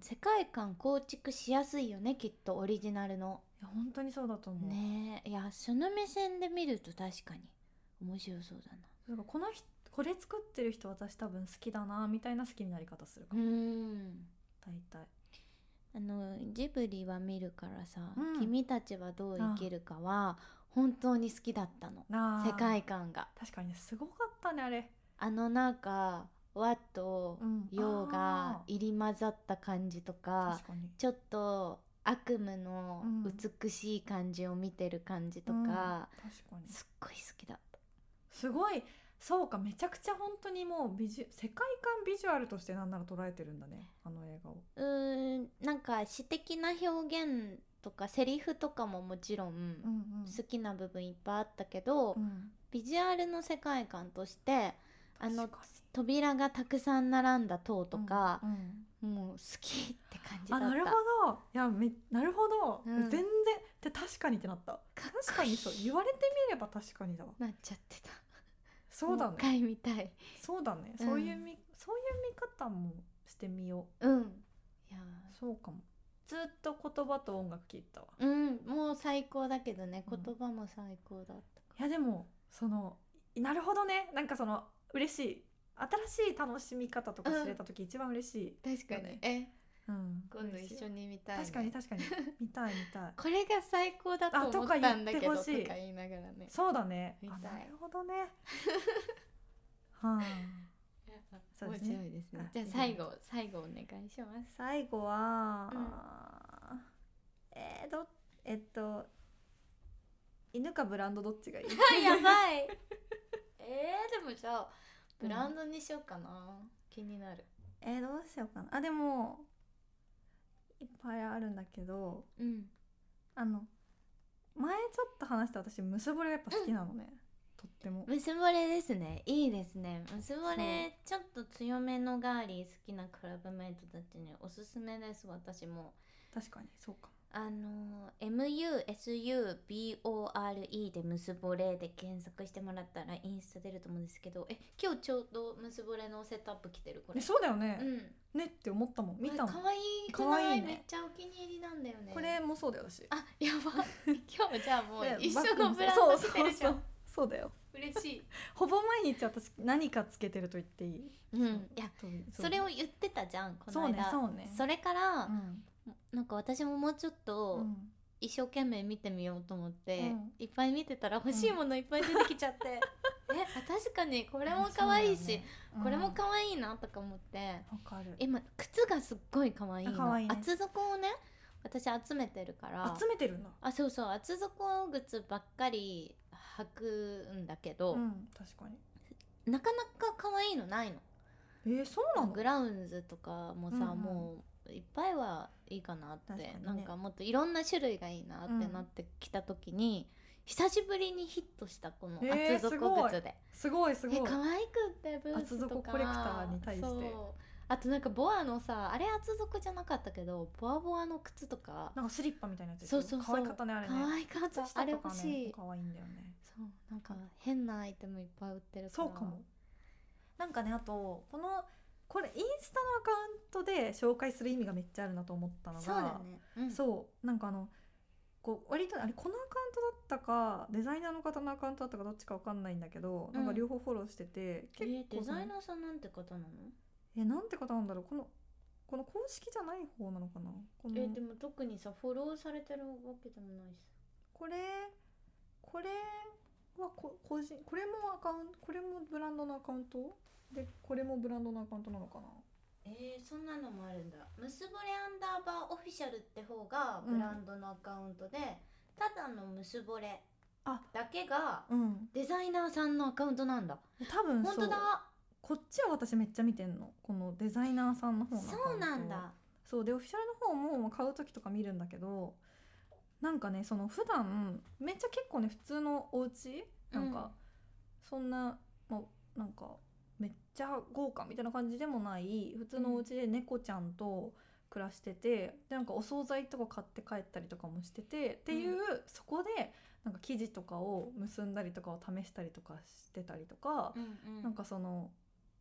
A: 世界観構築しやすいよねきっとオリジナルの。
B: いや本当にそうだと思う。
A: ねえいやその目線で見ると確かに面白そうだな。
B: だからこの人これ作ってる人私多分好きだなみたいな好きになり方するか
A: う
B: も、
A: ん
B: 大体。
A: あのジブリは見るからさ、
B: うん
A: 君たちはどう生きるかは本当に好きだったの
B: なあ
A: 世界観が。
B: 確かにねすごかったねあれ、
A: あのなんか和と
B: うん
A: 洋が
B: あー
A: 入り混ざった感じとか、
B: 確かに
A: ちょっと悪夢の
B: うん
A: 美しい感じを見てる感じと
B: うん
A: か、
B: 確かに
A: すっごい好きだった。
B: すごいそうかめちゃくちゃ本当にもうビジュ世界観ビジュアルとしてなんなら捉えてるんだねあの映画を
A: うーんなんか詩的な表現とかセリフとかももちろん
B: ん
A: 好きな部分いっぱいあったけど、
B: うん
A: ビジュアルの世界観としてあの
B: 確かに
A: 扉がたくさん並んだ塔とか
B: う、んうん
A: もう好きって感じだ
B: あ
A: った。
B: なるほどいやめなるほど、
A: うん
B: 全然で確かにってなった
A: かっこいい
B: 確かにそう言われてみれば確かにだわ
A: なっちゃってた。
B: そうだ
A: もう
B: ね
A: 一回見たい。
B: そうだね、
A: うん
B: そういう見そういう見方もしてみよ
A: うん。いや
B: うそうかもずっと言葉と音楽聞いたわ
A: ー、うん、もう最高だけどね、
B: うん
A: 言葉も最高だったか
B: いやでもそのいなるほどねなんかその嬉しい新しい楽しみ方とか知れた時一番嬉しい、
A: ら。確か
B: だ
A: に
B: ね。
A: え、
B: うん、
A: 今度一緒に見たいね
B: 確かに確かに見たい見た い
A: これが最高だと思ったんだけどとか
B: あとか言ってほしい
A: 言いながらね
B: そうだね
A: 見
B: あ
A: たい
B: なるほ どねはあそう
A: 面
B: ですね
A: 白いですね
B: あ
A: じゃあ
B: い
A: 最
B: いね
A: 後最後お願いします
B: 最後は、えー、どえっと犬かブランドどっち がいい
A: あやばい えー、でもじゃあブランドにしようかな、気になる
B: えー、どうしようかなあでもいっぱいあるんだけど
A: うん
B: あの前ちょっと話した私むすぼれやっぱ好きなのね、とっても
A: 結ぼれですねいいですね結ぼ
B: そう
A: れちょっと強めのガーリー好きなクラブメイトたちにおすすめです私も
B: 確かにそうか
A: あの MUSUBORE で結ぼれで検索してもらったらインスタ出ると思うんですけどえ今日ちょうど結ぼれのセットアップ来てるこ
B: え
A: れ
B: そうだよね
A: う、ん
B: ねって思ったもん見たもん、
A: 可愛いく
B: 可
A: ない
B: 愛いね
A: めっちゃお気に入りなんだよね
B: これもそうだよ私
A: あやば 今日じゃあもう
B: ね
A: 一
B: バッ
A: 緒
B: グ
A: の
B: も
A: ブランド
B: そう
A: してるじゃん
B: そうそうそうだよ
A: 嬉しい
B: ほぼ毎日私何かつけてると言っていい、
A: うんいや
B: そう
A: それを言ってたじゃんこ
B: そ
A: の
B: うね
A: 間
B: そうね
A: それから、
B: うん
A: なんか私ももうちょっ
B: う
A: と
B: ん
A: 一生懸命見てみようと思って、
B: うん
A: いっぱい見てたら欲しいものいっぱい出てきちゃ って、え確かにこれも可愛いし、これも
B: わ、
A: 可愛いなとか思って、
B: うん、わかる
A: 今靴がすっごい可愛いの
B: あ可愛いね
A: 厚底をね私集めてるから
B: 集めてるんだ
A: あそうそう厚底靴ばっかり履くんだけど、
B: うん確かに
A: なかなか可愛いのないの
B: えー、そうなの
A: グラウンズとかもさ、
B: うんうん
A: もういっぱいはいいかなって、
B: 確かにね
A: なんかもっといろんな種類がいいなってなってきた時に、久しぶりにヒットしたこの
B: えー
A: 厚
B: すご
A: 底
B: い
A: 靴で、
B: すごいす
A: え
B: ごい
A: 可愛くってブーツとか
B: 厚底コレクターに対して
A: そうあとなんかボアのさあれ厚底じゃなかったけどボアボアの靴とか
B: なんかスリッパみたいなやつでしょ
A: そうそうそう
B: 可愛かったねあれね
A: 可愛かった、
B: 靴下
A: あれ
B: と
A: 欲
B: か
A: し
B: ね
A: い
B: 可愛いんだよね
A: そうなんか変なアイテムいっぱい売ってるから
B: そうかもなんかねあとこのこれインスタのアカウントで紹介する意味がめっちゃあるなと思ったのが
A: そうだね、うん、
B: そうなんかあのこう割とあれこのアカウントだったかデザイナーの方のアカウントだったかどっちかわかんないんだけど、なんか両方フォローしてて
A: えーデ
B: その
A: ザイナーさんなんて方なの
B: えなんて方なんだろうこのこの公式じゃない方なのかなこの
A: えーでも特にさフォローされてるわけでもないし
B: これこれはこ個人これもアカウンこれもブランドのアカウントでこれもブランドのアカウントなのかな
A: えー、そんなのもあるんだ結ぼれアンダーバーオフィシャルって方が
B: うん
A: ブランドのアカウントで、ただの結ぼれ
B: あ
A: だけが
B: うん
A: デザイナーさんのアカウントなんだ
B: 多分
A: 本
B: そう
A: 当だ
B: こっちは私めっちゃ見てんのこのデザイナーさんの方のアカウント
A: そうなんだ
B: そうでオフィシャルの方も買う時とか見るんだけどなんかねその普段めっちゃ結構ね普通のお家なんか、そんなもうなんかめっちゃ豪華みたいな感じでもない普通のお家で猫ちゃんと暮らしてて、でなんかお惣菜とか買って帰ったりとかもしててってい
A: う
B: う、そこでなんか生地とかを結んだりとかを試したりとかしてたりとか、
A: うんうん
B: なんかその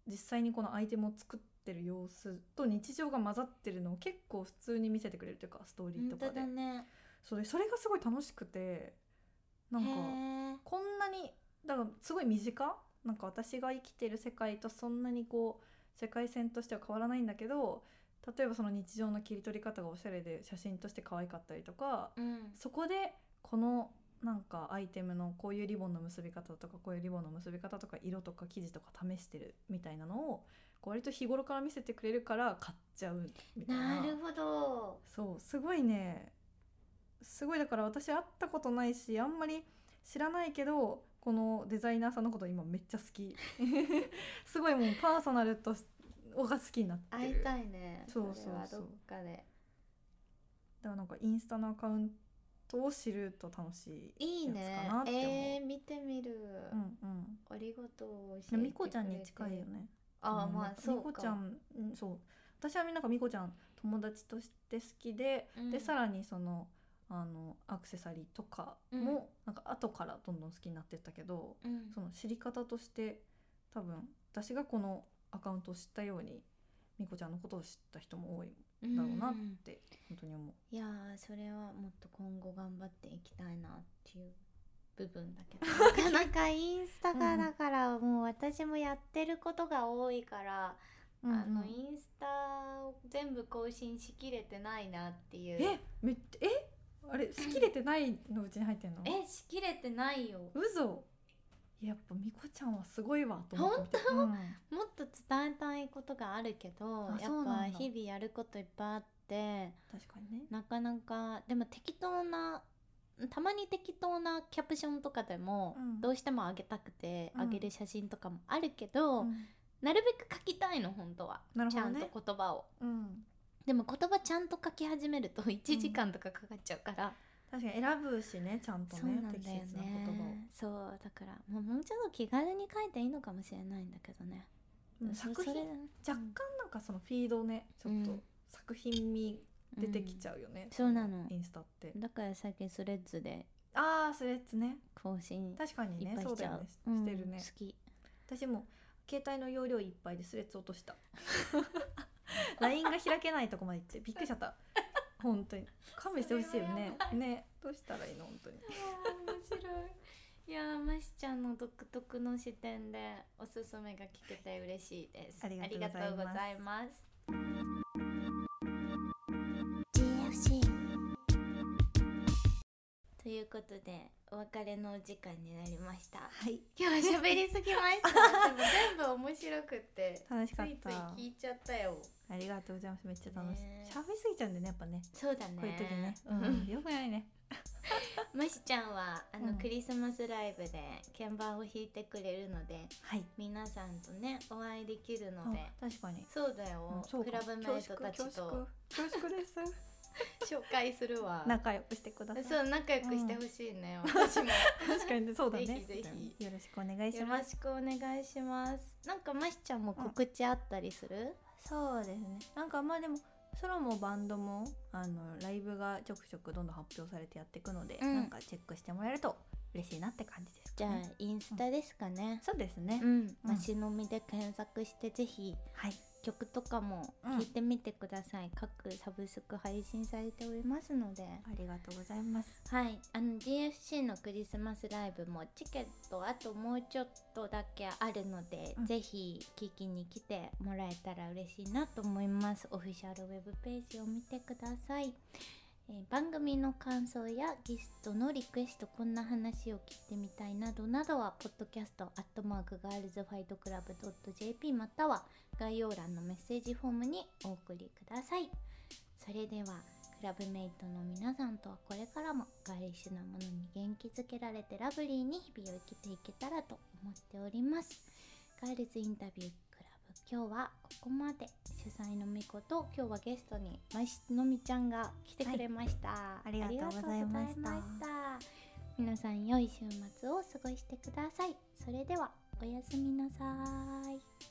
B: 実際にこのアイテムを作ってる様子と日常が混ざってるのを結構普通に見せてくれるというかストーリーと
A: 本
B: か
A: 当
B: で
A: だね
B: それそれがすごい楽しくてなんか
A: へー
B: こんなにだからすごい身近なんか私が生きてる世界とそんなにこう世界線としては変わらないんだけど例えばその日常の切り取り方がおしゃれで写真として可愛かったりとか
A: うん
B: そこでこのなんかアイテムのこういうリボンの結び方とかこういうリボンの結び方とか色とか生地とか試してるみたいなのをこう割と日頃から見せてくれるから買っちゃうみたいな
A: なるほど
B: そうすごいねすごいだから私会ったことないしあんまり知らないけどこのデザイナーさんのこと今めっちゃ好き すごいもうパーソナルとしおが好きになってる
A: 会いたいね
B: そうそうそう
A: れはどっかで
B: だからなんかインスタのアカウントを知ると楽し
A: い
B: い
A: い
B: やつ
A: ね
B: かなって思う
A: えー、見てみる、
B: うんうん
A: ありがとう
B: でもみこちゃんに近いよね
A: ああ
B: うん
A: まあそうか
B: みこちゃんうんそう私はなんかみこちゃん友達として好きで、
A: うん
B: でさらにそのあのアクセサリーとかも、なんか後からどんどん好きになってったけど、
A: うん
B: その知り方として多分私がこのアカウントを知ったようにみこちゃんのことを知った人も多いっ
A: うん
B: だろうなて本当に思う。
A: いやーそれはもっと今後頑張っていきたいなっていう部分だけど なかなかインスタ
B: う
A: が
B: んうん
A: だからもう私もやってることが多いから、
B: うんうん
A: あのインスタを全全部更新しきれてないなっていう
B: えめっちゃえあれ好きれてないのうちに入ってんの
A: えしきれてないよ
B: 嘘やっぱみこちゃんはすごいわと思って見てうん
A: もっと伝えたいことがあるけど
B: あ
A: や
B: そう
A: っぱ
B: なんだ
A: 日々やることいっぱいあって
B: 確かにね
A: なかなかでも適当なたまに適当なキャプションとかでも、
B: うん
A: どうしてもあげたくて
B: うん
A: あげる写真とかもあるけど、
B: うん
A: なるべく書きたいの本当は、
B: なる
A: ち
B: ほ
A: ゃ
B: ど
A: ん
B: ね
A: と言葉を
B: うん
A: でも言葉ちゃんと書き始めると1時間とかかかっちゃうから、
B: 確かに選ぶしねちゃんと
A: そう
B: ね
A: なん
B: 適
A: だよ
B: 切な言葉を
A: ねそうだからもうもうちょっと気軽に書いていいのかもしれないんだけどね、
B: うん
A: そ
B: 作
A: それ
B: 品若干なんかそのフィードねちょっ
A: う
B: と
A: ん
B: 作品味出てきち
A: ゃ
B: ゃうよね、
A: んそうなの
B: インスタって
A: だから最近スレッズで
B: ああスレッズね
A: 更新
B: 確かに
A: いっ
B: ね
A: ぱい
B: そ
A: し
B: う
A: ち
B: だ
A: ゃ
B: よ
A: う
B: ねしてる
A: う
B: ね
A: ん好、き
B: 私も携帯の容量いっぱいでスレッズ落とした LINE が開けないとこまで行ってびっくりしちゃった本当に勘弁してほしいよねねどうしたらいいの本当に
A: いやー面白いいやーましちゃんの独特の視点でおすすめが聞けて嬉しいです
B: ありがとう
A: ありがと
B: ございます
A: うございます
C: GFC
A: ということでお別れのお時間になりました
B: はい
A: 今日は喋りすぎましたでも全部面白くって
B: 楽し
A: つ
B: かっ
A: いつ
B: た
A: い聞いちゃったよ
B: ありがとうございますめっちゃ楽しい
A: ね
B: 喋りすぎちゃうんでねやっぱね
A: そうだね
B: こういう時 ね、うん、よくないね
A: ましちゃんはあの、
B: うん
A: クリスマスライブで鍵盤を弾いてくれるので
B: はい
A: 皆さんとねお会いできるので
B: あ確かに
A: そうだ
B: う
A: よ
B: ん、そう
A: ク
B: か
A: ラブメイトたちと
B: 恐縮恐縮恐縮です
A: 紹介するわ
B: 仲良くしてください
A: そう仲良くしてほしいね、私も
B: 確かにねそうだね
A: ぜひぜひ
B: よろしくお願いし
A: よ
B: ま
A: ろ
B: す
A: しくお願いしますなんかましちゃんも告知あったりする、
B: そうですねなんかまあでもソロもバンドもあのライブがちょくちょくどんどん発表されてやっていくので、
A: うん
B: なんかチェックしてもらえると嬉しいなって感じです
A: じ
B: か
A: ゃあ
B: ね、
A: インスタですかね
B: そうですね、
A: うん、ましのみで検索してぜひ
B: はい
A: 曲とかも聴いてみてください、各サブスク配信されておりますので
B: ありがとうございます
A: はいあの GFC のクリスマスライブもチケットあともうちょっとだけあるので、
B: うん
A: ぜひ聴きに来てもらえたら嬉しいなと思いますオフィシャルウェブページを見てください、えー番組の感想やゲストのリクエストこんな話を聞いてみたいなどなどはポッドキャストアットマークガールズファイトクラブ .jp または概要欄のメッセージフォームにお送りくださいそれではクラブメイトの皆さんとはこれからもガーリッシュなものに元気づけられてラブリーに日々を生きていけたらと思っておりますガールズインタビュークラブ今日はここまで主催のみこと今日はゲストにましのみちゃんが来てくれました、
B: ありがとうございました
A: ありがとうございました皆さん良い週末をお過ごしてくださいそれではおやすみなさい